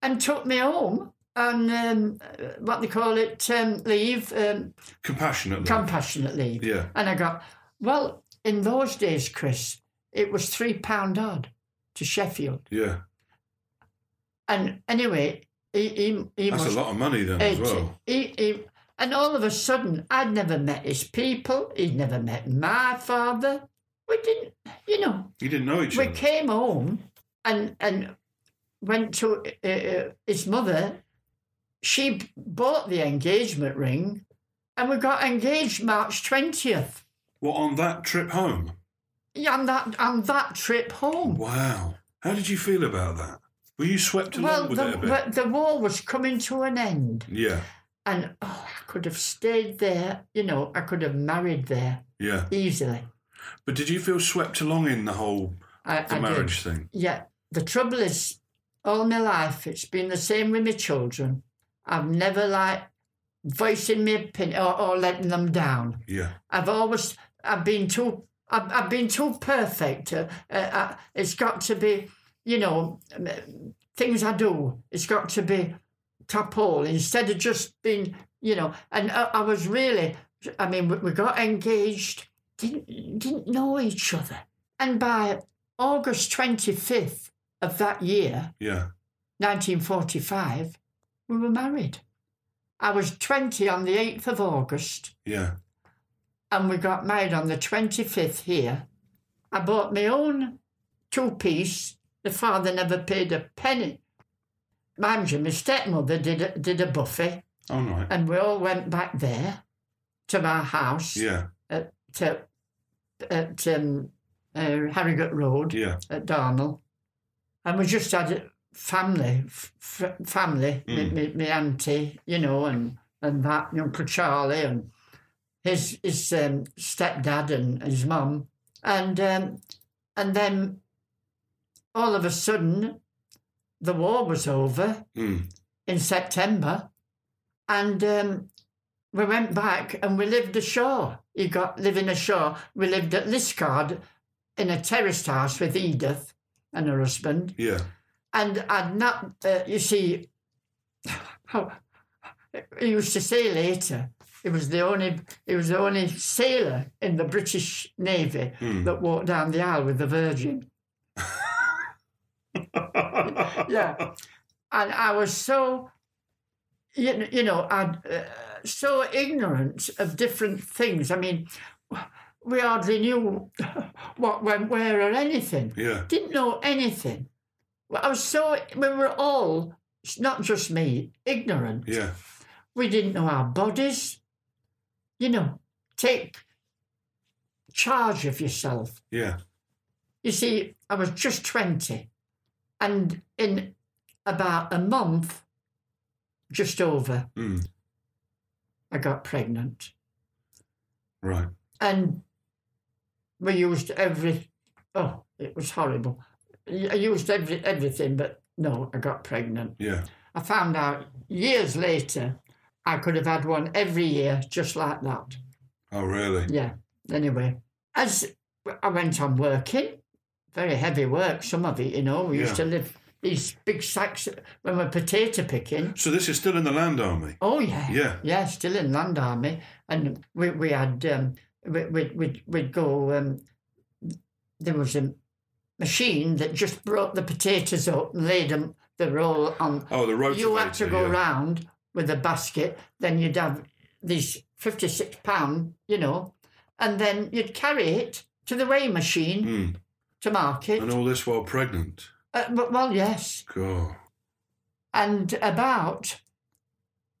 and took me home and um, uh, what they call it, um, leave, um, Compassionately. compassionate leave. Yeah. And I got, well, in those days, Chris, It was three pound odd to Sheffield. Yeah. And anyway, he he, he That's must a lot of money then as It- well. he- he- and all of a sudden, I'd never met his people. He'd never met my father. We didn't, you know. You didn't know each We other. came home and and went to uh, uh, his mother. She bought the engagement ring, and we got engaged March twentieth. Well, on that trip home. Yeah, on that on that trip home. Wow. How did you feel about that? Were you swept along Well, with it a the, bit? but the war was coming to an end, Yeah. and oh, I could have stayed there. You know, I could have married there Yeah. easily. But did you feel swept along in the whole I, the I marriage thing? Did. Yeah. The trouble is, all my life it's been the same with my children. I've never like voicing my opinion or, or letting them down. Yeah. I've always I've been too I've, I've been too perfect. Uh, uh, uh, it's got to be you know um, things I do. It's got to be top hole instead of just being you know. And I, I was really I mean we, we got engaged didn't didn't know each other and by August twenty fifth of that year Yeah. 1945 we were married. I was 20 on the 8th of August Yeah. and we got married on the 25th here. I bought my own two piece. The father never paid a penny. Mind you, my stepmother did a, did a buffet, All right. and we all went back there to my house Yeah. at, to, at um, uh, Harrogate Road Yeah. at Darnell, and we just had a family, f- f- family, me, me, me auntie, you know, and and that and Uncle Charlie and his his um, stepdad and his mum, and um, and then all of a sudden, the war was over Mm. in September, and um, we went back and we lived ashore. You got living ashore. We lived at Liscard in a terraced house with Edith and her husband, Yeah. and I'd not. Uh, you see, how he used to say later. He was the only. He was the only sailor in the British Navy mm. Hmm. that walked down the aisle with the Virgin. yeah. And I was so, you know, you know I, uh, so ignorant of different things. I mean, we hardly knew what went where or anything. Yeah. Didn't know anything. Well, I was so, we were all, it's not just me, ignorant. Yeah. We didn't know our bodies. You know, take charge of yourself. Yeah. You see, I was just 20. And in about a month, just over, Mm. I got pregnant. Right. And we used every, oh, it was horrible. I used every, everything, but no, I got pregnant. Yeah. I found out years later I could have had one every year, just like that. Oh, really? Yeah. Anyway, as I went on working, very heavy work, some of it, you know. We used Yeah. to live these big sacks when we're potato picking. So this is still in the land army. Oh, yeah. Yeah. Yeah, still in Land Army. And we, we had, um, we, we'd, we'd, we'd go, um, there was a machine that just brought the potatoes up and laid them, they were all on. Oh, the road. you had to go yeah. round with a basket, then you'd have these 56 pound, you know, and then you'd carry it to the weigh machine Mm. to market. And all this while pregnant. Uh, but, well, yes. God. And about,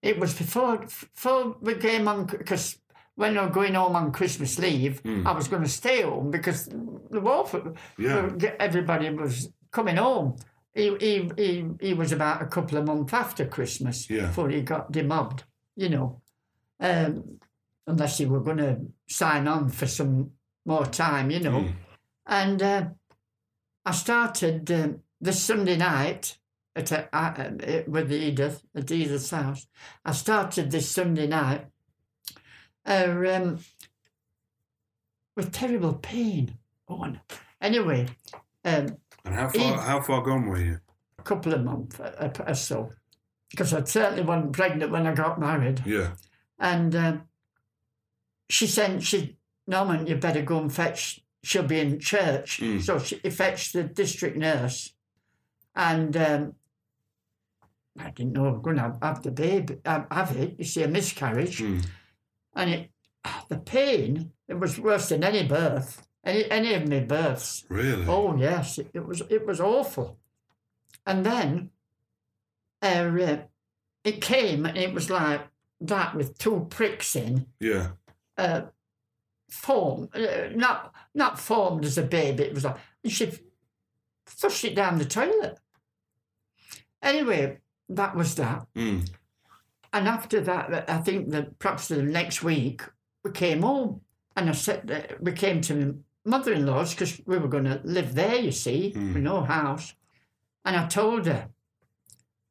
it was before, before we came on, because when I was going home on Christmas leave, Hmm. I was going to stay home because the war, for, Yeah. everybody was coming home. He, he, he, he was about a couple of months after Christmas Yeah. before he got demobbed, you know. Um, unless he were going to sign on for some more time, you know. And uh, I started um, this Sunday night at a, I- uh, with Edith, at Edith's house. I started this Sunday night uh, um, with terrible pain. Oh, and anyway, um, And how far? He- How far gone were you? a couple of months uh, uh, or so, because I certainly wasn't pregnant when I got married. uh, Yeah. And um, she said, she, Norman, you better go and fetch she'll be in church. So she it fetched the district nurse, and um, I didn't know I was going to have the baby, have have it. You see, a miscarriage, Hmm. and it, the pain it was worse than any birth, any any of my births. Really? Oh yes, it, it was it was awful. And then uh, uh, it came and it was like that with two pricks in, Yeah. uh, form uh, not not formed as a baby. It was like and she flushed it down the toilet. Anyway, that was that. Mm. And after that, I think that perhaps the next week we came home and I said that we came to my mother in law's because we were going to live there, you see, with no house. And I told her,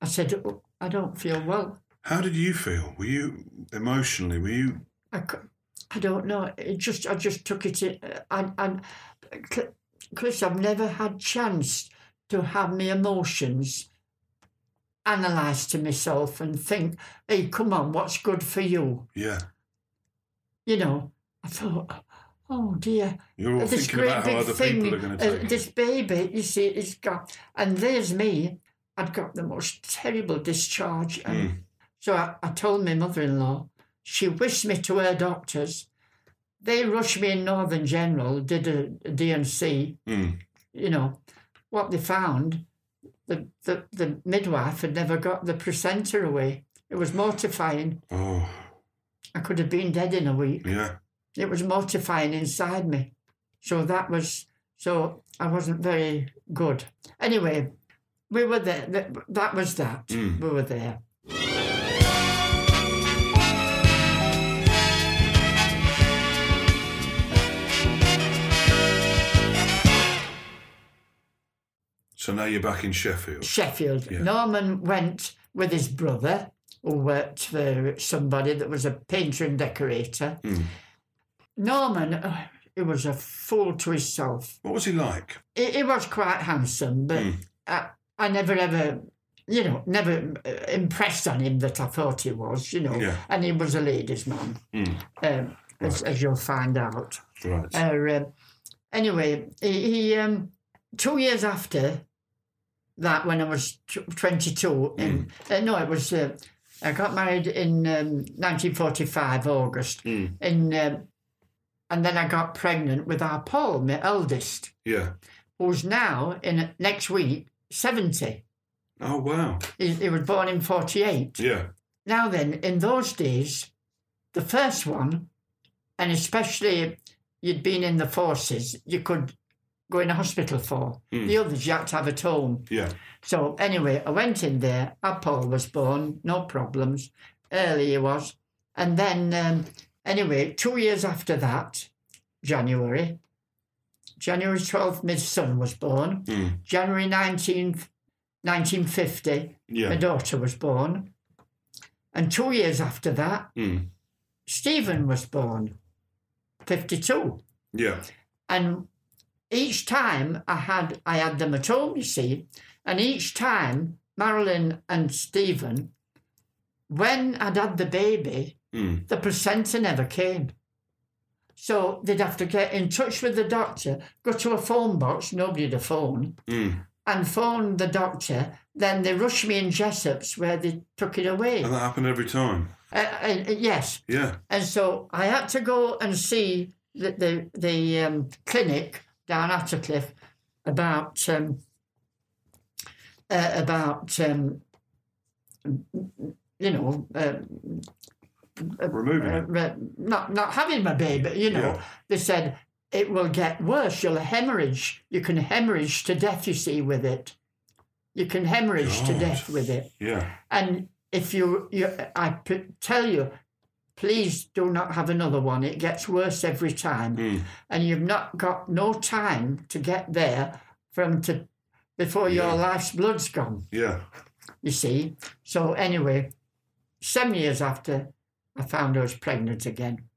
I said, "Oh, I don't feel well. How did you feel? Were you emotionally? Were you? I, cou- I don't know. It just I just took it. In, uh, and and Cl- Chris, I've never had chance to have my emotions analysed to myself and think, hey, come on, what's good for you? Yeah. you know, I thought, oh dear, You're all this thinking great about how big other thing, people are going to uh, take it. this baby, you see, it's got, and there's me. I'd got the most terrible discharge, and Hmm. so I, I told my mother-in-law. She whisked me to her doctors. They rushed me in Northern General, did a, a DNC. Mm. You know what they found. The, the the midwife had never got the placenta away. It was mortifying. Oh, I could have been dead in a week yeah. it was mortifying inside me. So that was so I wasn't very good. Anyway, we were there. That, that was that. We were there. So now you're back in Sheffield. Sheffield. Yeah. Norman went with his brother, who worked for somebody that was a painter and decorator. Norman, oh, he was a fool to himself. What was he like? He, he was quite handsome, but I, I never ever, you know, never uh, impressed on him that I thought he was, you know. Yeah. And he was a ladies' man, um, as, as you'll find out. Right. Uh, um, anyway, he, he um, two years after that, when I was tw- 22, in, uh, no, it was, uh, I got married in um, 1945, August, in, um, and then I got pregnant with our Paul, my eldest, yeah. who's now, in next week, 70. Oh wow. He, he was born in 48. Yeah. Now then, in those days, the first one, and especially you'd been in the forces, you could go in a hospital for. The others you had to have at home. Yeah. So anyway, I went in there. Apple was born, no problems. Early he was, and then um, anyway, two years after that, January, January twelfth, my son was born. January nineteenth, nineteen fifty, Yeah. my daughter was born, and two years after that, Mm. Stephen was born, fifty-two Yeah. and each time I had I had them at home, you see, and each time Marilyn and Stephen, when I'd had the baby, Mm. the placenta never came. So they'd have to get in touch with the doctor, go to a phone box, nobody had a phone, Mm. and phone the doctor. Then they rushed me in Jessop's where they took it away. And that happened every time. Uh, uh, uh, yes, Yeah. and so I had to go and see the the, the um, clinic down Attercliffe about um, uh, about um, you know uh, Removing uh, it. re- not not having my baby. You know, Yeah. they said it will get worse. You'll hemorrhage. You can hemorrhage to death. You see, with it, you can hemorrhage to God. death with it. Yeah. And if you, you I p- tell you, please do not have another one. It gets worse every time, Mm. and you've not got no time to get there from to before Yeah. your life's blood's gone. Yeah. You see. So anyway, seven years after, I found I was pregnant again,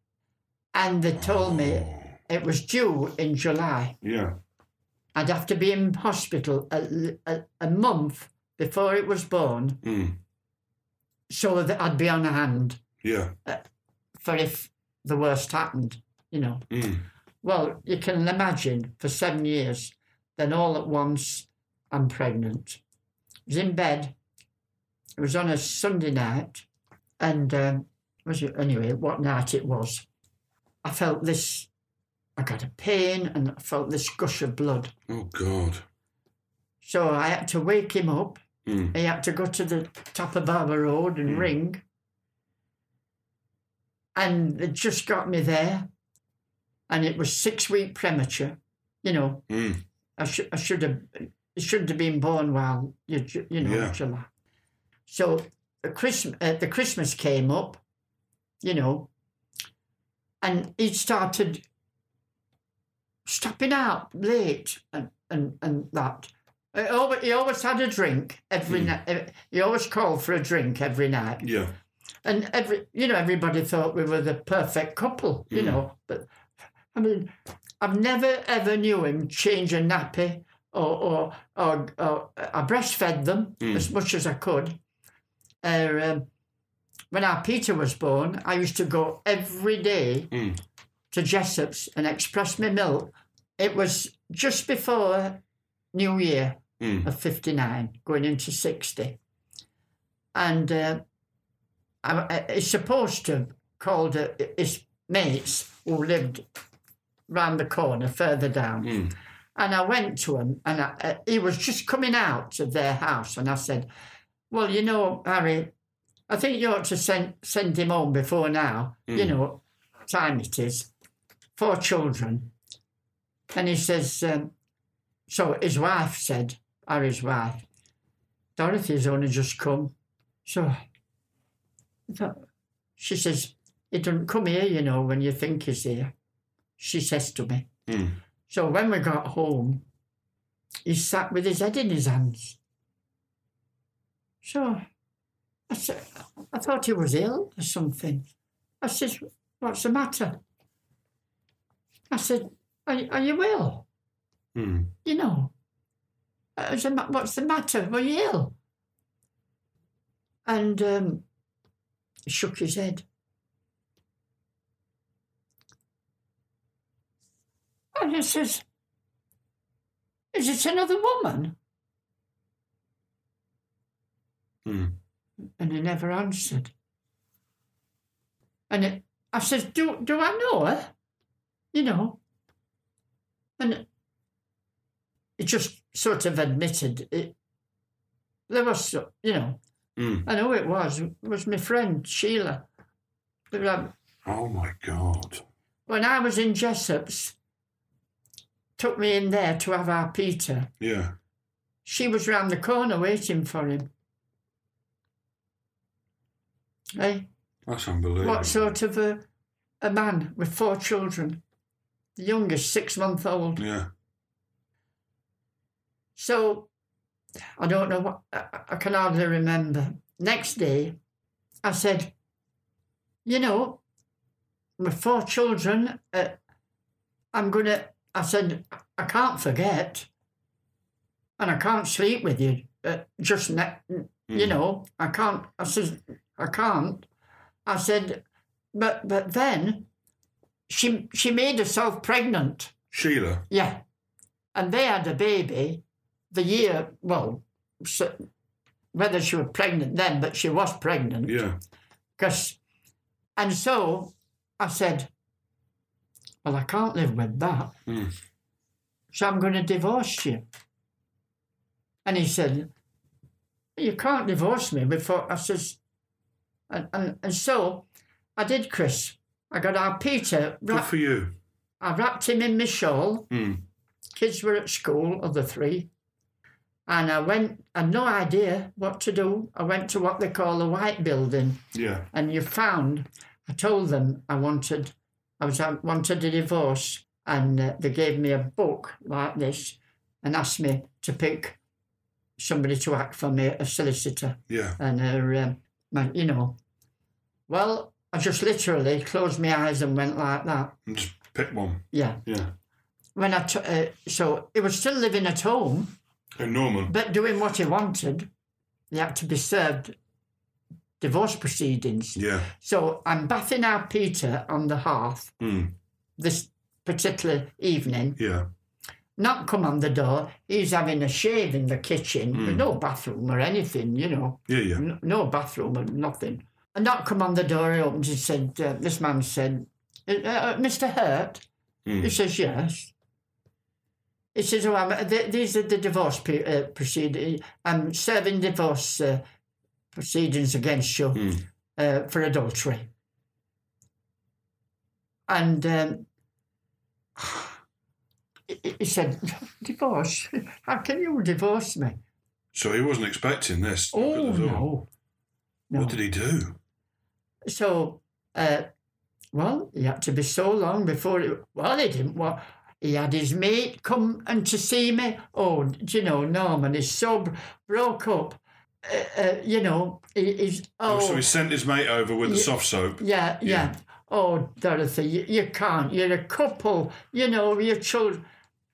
and they told me Oh, it was due in July. Yeah. I'd have to be in hospital a, a, a month before it was born, Mm. so that I'd be on hand. Yeah. for if the worst happened, you know. Mm. Well, you can imagine for seven years. Then all at once, I'm pregnant. I was in bed. It was on a Sunday night, and um, was it anyway? What night it was? I felt this. I got a pain, and I felt this gush of blood. Oh, God. So I had to wake him up. Mm. He had to go to the top of Barber Road and ring. And they just got me there. And it was six week premature. You know, Mm. I, sh- I should have it shouldn't have been born while you ju- you know Yeah. July. So the Christmas uh, the Christmas came up, you know, and he started stopping out late and and, and that. Uh, alwa- He always had a drink every night. He always called for a drink every night Yeah. and every you know everybody thought we were the perfect couple you know but i mean i've never ever knew him change a nappy or or or, or i breastfed them as much as i could uh, um, when our peter was born i used to go every day Mm. to jessop's and express my milk it was just before new year Mm. of 59 going into 60 and uh, I, I, it's supposed to have called uh, his mates who lived round the corner further down Mm. and I went to him, and I, uh, he was just coming out of their house, and I said, "Well, you know, Harry, I think you ought to send send him home before now. You know, time it is, four children." And he says, um, "So his wife said, Harry's wife, Dorothy's only just come, so I thought- she says he doesn't come here, you know, when you think he's here." She says to me. Mm. So when we got home, he sat with his head in his hands. So I said, I thought he was ill or something. I said, What's the matter? I said, Are, are you ill? Mm. You know, I said, "Ma- What's the matter? Were you ill? And um, he shook his head. And he says, Is it another woman? Mm. And he never answered. And it, I says, do, do I know her? You know. And he just sort of admitted it. There was, so- you know, Mm. and who it was was my friend Sheila. They were- Oh, my God. When I was in Jessop's, took me in there to have our Peter. Yeah. She was round the corner waiting for him. Eh? That's unbelievable. What sort of a, a man with four children? The youngest, six month old. Yeah. So I don't know what, I, I can hardly remember. Next day, I said, You know, with four children, uh, I'm going to, I said, I can't forget. And I can't sleep with you. Uh, just, ne- you know, I can't, I said, I can't. I said, but but then she she made herself pregnant. Sheila. Yeah. And they had a baby the year, well, so, whether she was pregnant then, but she was pregnant. Yeah. Because, and so I said, well, I can't live with that. Mm. So I'm going to divorce you. And he said, you can't divorce me before I says, and, and, and so I did, Chris. I got our Peter. Good Right, for you. I wrapped him in my shawl. Mm. Kids were at school, other three. And I went, I had no idea what to do. I went to what they call a white building. Yeah. And you found, I told them I wanted, I was I wanted a divorce. And uh, they gave me a book like this and asked me to pick somebody to act for me, a solicitor Yeah. and her, um, my, you know. Well, I just literally closed my eyes and went like that. And just pick one. Yeah. Yeah. when I t- uh, so he was still living at home, And Norman. but doing what he wanted. He had to be served divorce proceedings. Yeah. So I'm bathing our Peter on the hearth Mm. this particular evening, Yeah. not come on the door. He's having a shave in the kitchen, with no bathroom or anything, you know. Yeah, yeah. N- No bathroom or nothing. And not come on the door. He opens and said, uh, "This man said, uh, uh, Mr. Hurt." He says, "Yes." He says, "Oh, I'm, th- these are the divorce pe- uh, proceedings. I'm serving divorce uh, proceedings against you uh, for adultery." And um, he- he said, "Divorce? How can you divorce me?" So he wasn't expecting this. knock at Oh the door. no, no. What did he do? so, uh, well, he had to be so long before he. Well, he didn't. Well, he had his mate come and to see me. Oh, do you know, Norman is so br- broke up. Uh, uh, you know, he, he's oh, so he sent his mate over with the soft soap. yeah, yeah, Yeah. Oh, Dorothy, you, you can't. You're a couple. You know, your children.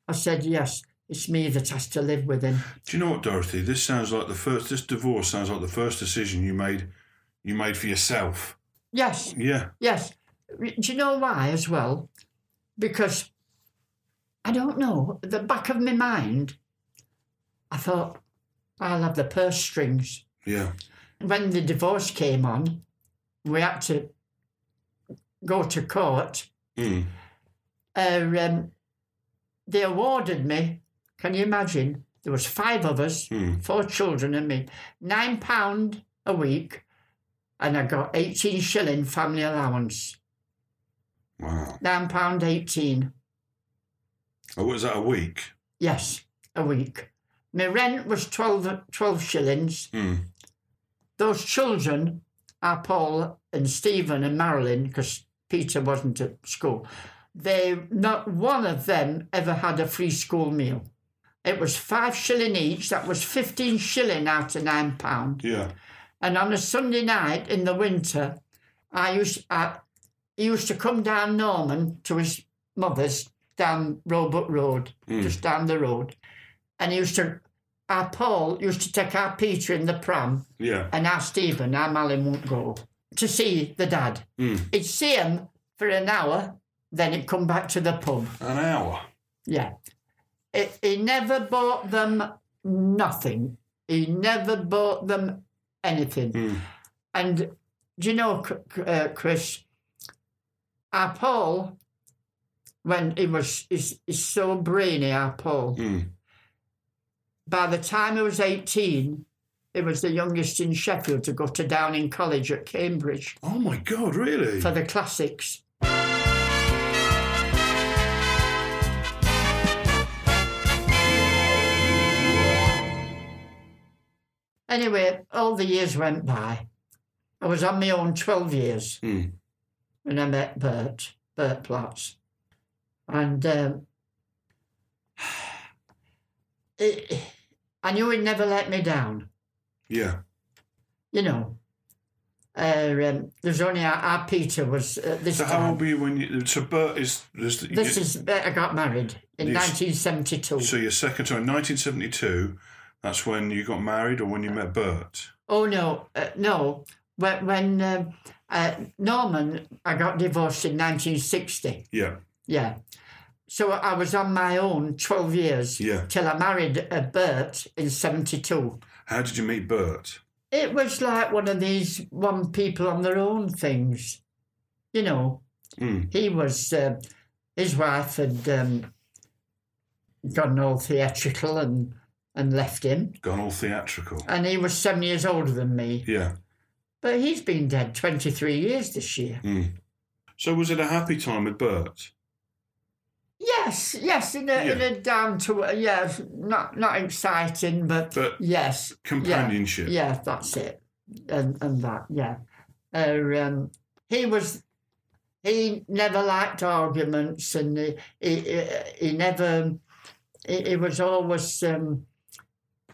I said yes. It's me that has to live with him. Do you know what, Dorothy? This sounds like the first. This divorce sounds like the first decision you made. You made for yourself. Yes. Yeah. Yes. Do you know why as well? Because I don't know. At the back of my mind, I thought, I'll have the purse strings. Yeah. When the divorce came on, we had to go to court. Mm. Uh, um, they awarded me, can you imagine? There was five of us, four children and me, nine pound a week, and I got 18 shilling family allowance. Wow. nine pound eighteen. Oh, was that a week? Yes, a week. My rent was 12, 12 shillings. Mm. Those children are Paul and Stephen and Marilyn because Peter wasn't at school. They not one of them ever had a free school meal. It was five shilling each. That was fifteen shilling out of nine pound. Yeah. And on a Sunday night in the winter, I used I, he used to come down Norman to his mother's down Roebuck Road, just down the road. And he used to, our Paul used to take our Peter in the pram, Yeah. and our Stephen, our Malin won't go, to see the dad. He'd see him for an hour, then he'd come back to the pub. An hour. Yeah. He, he never bought them nothing. He never bought them anything. Mm. And do you know, C- C- uh, Chris, our Paul, when he was, he's, he's so brainy, our Paul. By the time he was 18, he was the youngest in Sheffield to go to Downing College at Cambridge Oh my God! Really? for the classics. Anyway, all the years went by. I was on my own 12 years Mm. when I met Bert, Bert Platts. And um, it, I knew he'd never let me down Yeah. you know, uh, um, there's only our, our Peter was uh, this So how time. old were you when you? So Bert is. This, this is I got married in Yes. 1972. So your second time, 1972. That's when you got married, or when you met Bert. oh no, uh, no. When, when um uh, Norman, I got divorced in 1960. Yeah. Yeah. So I was on my own 12 years Yeah. till I married uh, Bert in 72. How did you meet Bert? It was like one of these one people on their own things, you know. Mm. he was uh, his wife had um, gotten all theatrical and and left him, Gone all theatrical. and he was seven years older than me. Yeah. But he's been dead twenty three years this year. Mm. So was it a happy time with Bert? Yes, yes, in a in Yeah. a down to uh, yeah, not not exciting, but, But yes, yeah, companionship. Yeah, that's it, and and that yeah. Uh, um, he was. He never liked arguments, and he he, he, he never. He, he was always um,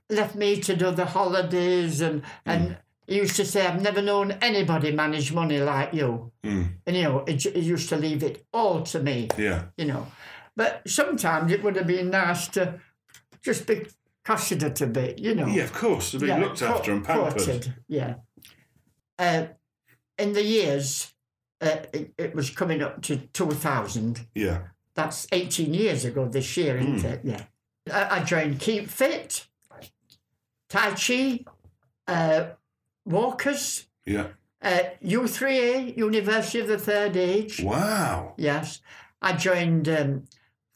left me to do the holidays, and and he used to say, "I've never known anybody manage money like you." Mm. And you know, he, j- he used to leave it all to me Yeah. you know. But sometimes it would have been nice to just be considered a bit, you know. Yeah, of course. To be Yeah, looked co- after and pampered. courted, yeah. Uh, in the years, uh, it, it was coming up to 2000, Yeah. That's 18 years ago this year, isn't Hmm. it? Yeah. I, I joined Keep Fit, Tai Chi, uh, Walkers, Yeah. uh, U3A, University of the Third Age. Wow. Yes. I joined um,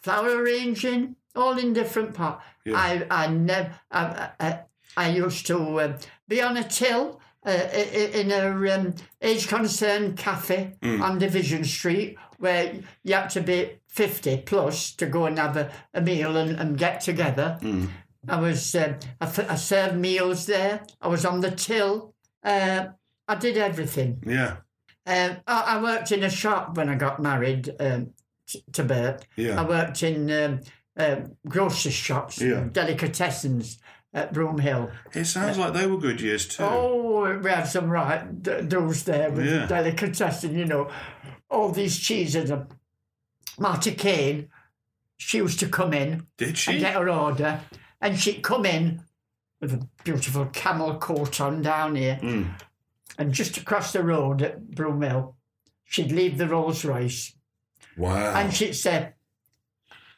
flower arranging, all in different parts. Yeah. I I never I, I, I used to um, be on a till uh, i- i- in a um, age concerned cafe on Division Street where you had to be fifty plus to go and have a, a meal and, and get together. Mm. I was um, I, f- I served meals there. I was on the till. Uh, I did everything. Yeah. Um, I, I worked in a shop when I got married um, t- to Bert. Yeah. I worked in um, um grocery shops, Yeah. delicatessens at Broomhill. It sounds like they were good years too. Oh, we had some right d- deals there with Yeah. delicatessen, you know, all these cheeses. And Marta Kane, she used to come in Did and she? get her order, and she'd come in with a beautiful camel coat on down here. Mm. And just across the road at Broomhill, she'd leave the Rolls Royce Wow. and she'd say,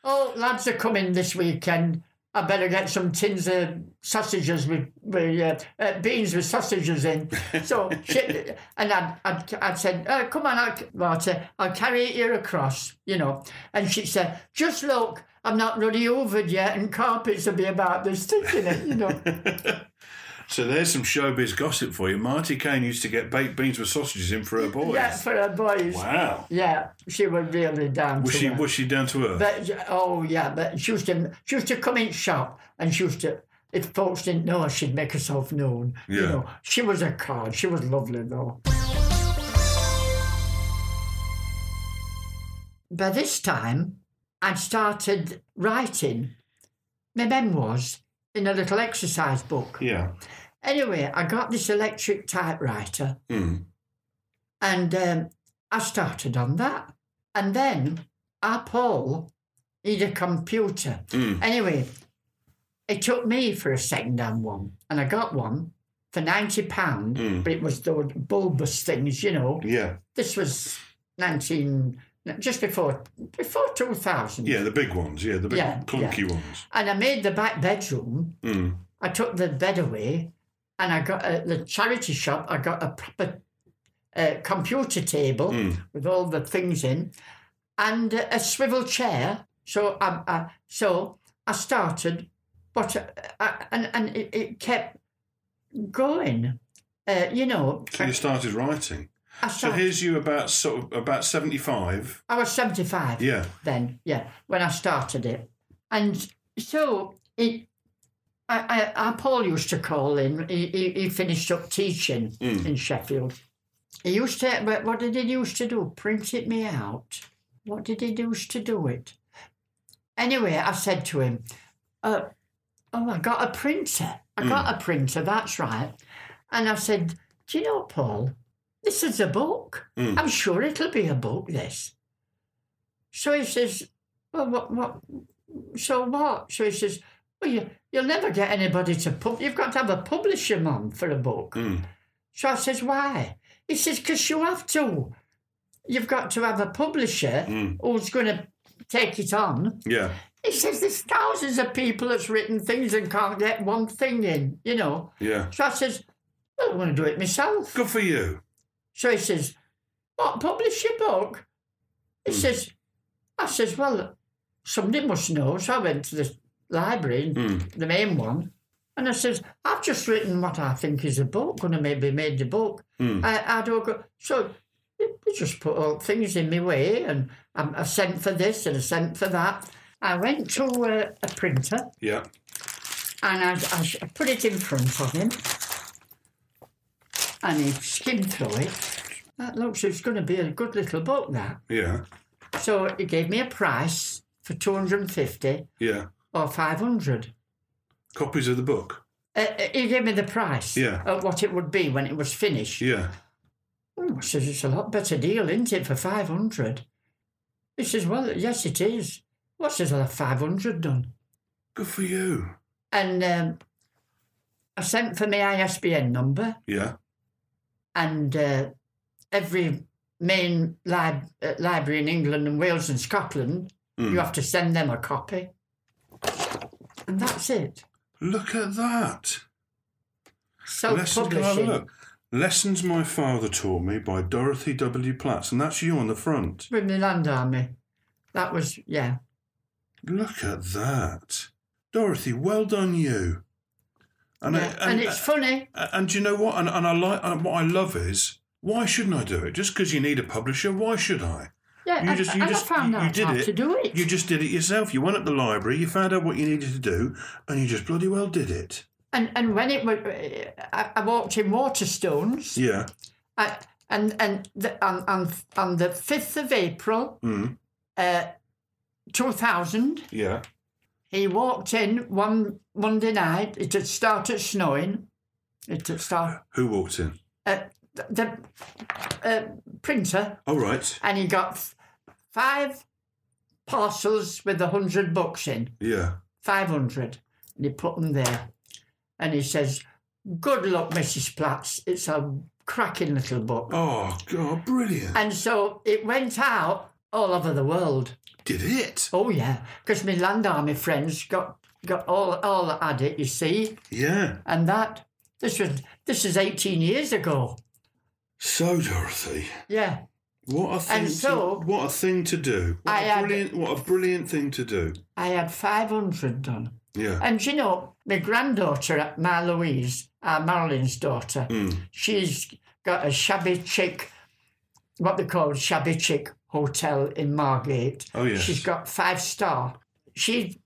Oh, lads are coming this weekend. I better get some tins of sausages with, with uh, uh, beans with sausages in. So, she, and I'd, I'd, I'd said, oh, Come on, I'll, Marta, I'll carry it here across, you know. And she'd say, Just look, I'm not really overed yet, and carpets will be about this thick in it, you know. so there's some showbiz gossip for you. Marty Kane used to get baked beans with sausages in for her boys. yeah, for her boys. Wow. Yeah, she was really down Was to she earth. was she down to earth? But oh yeah, but she used to she used to come in shop and she used to if folks didn't know her, she'd make herself known. You Yeah. know, she was a card. She was lovely though. By this time, I'd started writing my memoirs in a little exercise book. yeah. Anyway, I got this electric typewriter Mm. and um, I started on that. And then our Paul, he'd a computer. Mm. Anyway, it took me for a second hand one, and I got one for £90, Mm. but it was those bulbous things, you know. Yeah. This was 19, just before, before 2000. Yeah, the big ones. Yeah, the big Yeah, clunky ones. And I made the back bedroom Mm. I took the bed away, and I got at the charity shop. I got a proper uh, computer table Mm. with all the things in, and uh, a swivel chair. So I, I so I started, but I, I, and and it, it kept going. Uh, you know, So you started writing. I, So started, here's you about sort of about seventy five. I was seventy five. Yeah. then, yeah, when I started it. And so it, I, I, I Paul used to call in. He, he, he finished up teaching in Sheffield. He used to, but what did he used to do? Print it me out. What did he used to do it? Anyway, I said to him, uh, "Oh, I got a printer. I got a printer. That's right." And I said, "Do you know, Paul? This is a book. Mm. I'm sure it'll be a book. This." So he says, well, what, what, so what? So he says, well, you, you'll never get anybody to pub. You've got to have a publisher, mum, for a book. Mm. So I says, why? He says, because you have to. You've got to have a publisher Mm. who's going to take it on. Yeah. He says, there's thousands of people that's written things and can't get one thing in, you know. Yeah. So I says, well, I'm going to do it myself. Good for you. So he says, What, publish your book? He says, I says, Well, somebody must know. So I went to the library, the main one, and I says, I've just written what I think is a book, going to maybe made the book. I, I don't go. So they they just put all things in my way, and I, I sent for this and I sent for that. I went to a, a printer Yeah. and I, I sh- I put it in front of him, and he skimmed through it. That looks, it's going to be a good little book, that. Yeah. So he gave me a price for 250 Yeah. or 500. Copies of the book. Uh, uh, he gave me the price Yeah. of what it would be when it was finished. Yeah. Oh, I says, it's a lot better deal, isn't it, for 500? He says, well, yes, it is. What says, I'll have 500 done. Good for you. And um, I sent for my ISBN number. Yeah. and uh, every main lib- uh, library in England and Wales and Scotland Mm. You have to send them a copy. And that's it. Look at that. Self Lessons, can I have a publishing. look? Lessons My Father Taught Me by Dorothy W. Platts. And that's you on the front. With my land army. That was, yeah. Look at that. Dorothy, well done you. And, I- Yeah. and it's funny. A- And do you know what? And, and I like and what I love is why shouldn't I do it? Just because you need a publisher, why should I? Yeah, you and, just and I found you out did how it. to do it. You just did it yourself. You went up the library, you found out what you needed to do, and you just bloody well did it. and and when it was, I, I walked in Waterstones, Yeah. I, and and the, on, on on the fifth of April, Mm. uh, two thousand, Yeah. he walked in one Monday night. It had started snowing. It had started. Who walked in? Uh, th- the uh, printer, All right. and he got f- five parcels with a hundred books in. Yeah. 500. And he put them there. And he says, Good luck, Mrs. Platts. It's a cracking little book. Oh God, brilliant! And so it went out all over the world. Did it? Oh, yeah. Because my land army friends got, got all, all at it, you see. Yeah. And that, this was, this is 18 years ago. So Dorothy, Yeah. what a thing! And so- to, what a thing to do! What I a had- brilliant! What a brilliant thing to do! I had 500 done. Yeah. And you know, my granddaughter, my Louise, uh, Marilyn's daughter, Hmm. she's got a shabby chick, what they call shabby chick hotel in Margate. Oh, yes. She's got five star. She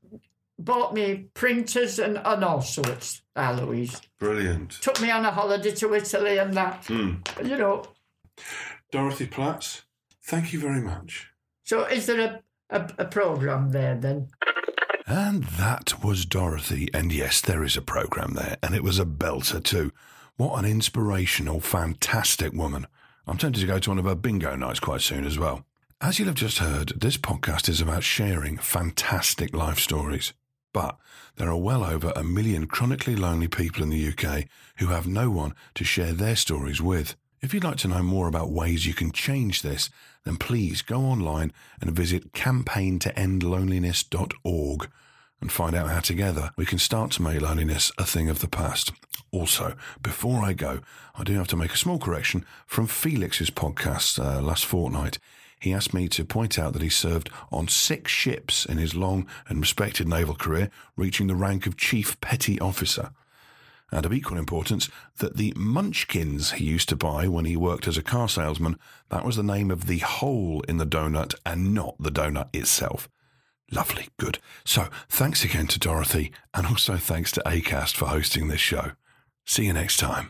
bought me printers and, and all sorts, uh, Louise. brilliant. Took me on a holiday to Italy and that. Hmm. You know, Dorothy Platts, thank you very much. so is there a, a, a programme there then? And that was Dorothy. And yes, there is a program there, and it was a belter too. What an inspirational, fantastic woman. I'm tempted to go to one of her bingo nights quite soon as well. As you'll have just heard, this podcast is about sharing fantastic life stories. But there are well over a million chronically lonely people in the UK who have no one to share their stories with. If you'd like to know more about ways you can change this, then please go online and visit campaigntoendloneliness.org and find out how together we can start to make loneliness a thing of the past. Also, before I go, I do have to make a small correction from Felix's podcast uh, last fortnight. He asked me to point out that he served on six ships in his long and respected naval career, reaching the rank of Chief Petty Officer and of equal importance that the munchkins he used to buy when he worked as a car salesman that was the name of the hole in the donut and not the donut itself lovely good so thanks again to dorothy and also thanks to acast for hosting this show see you next time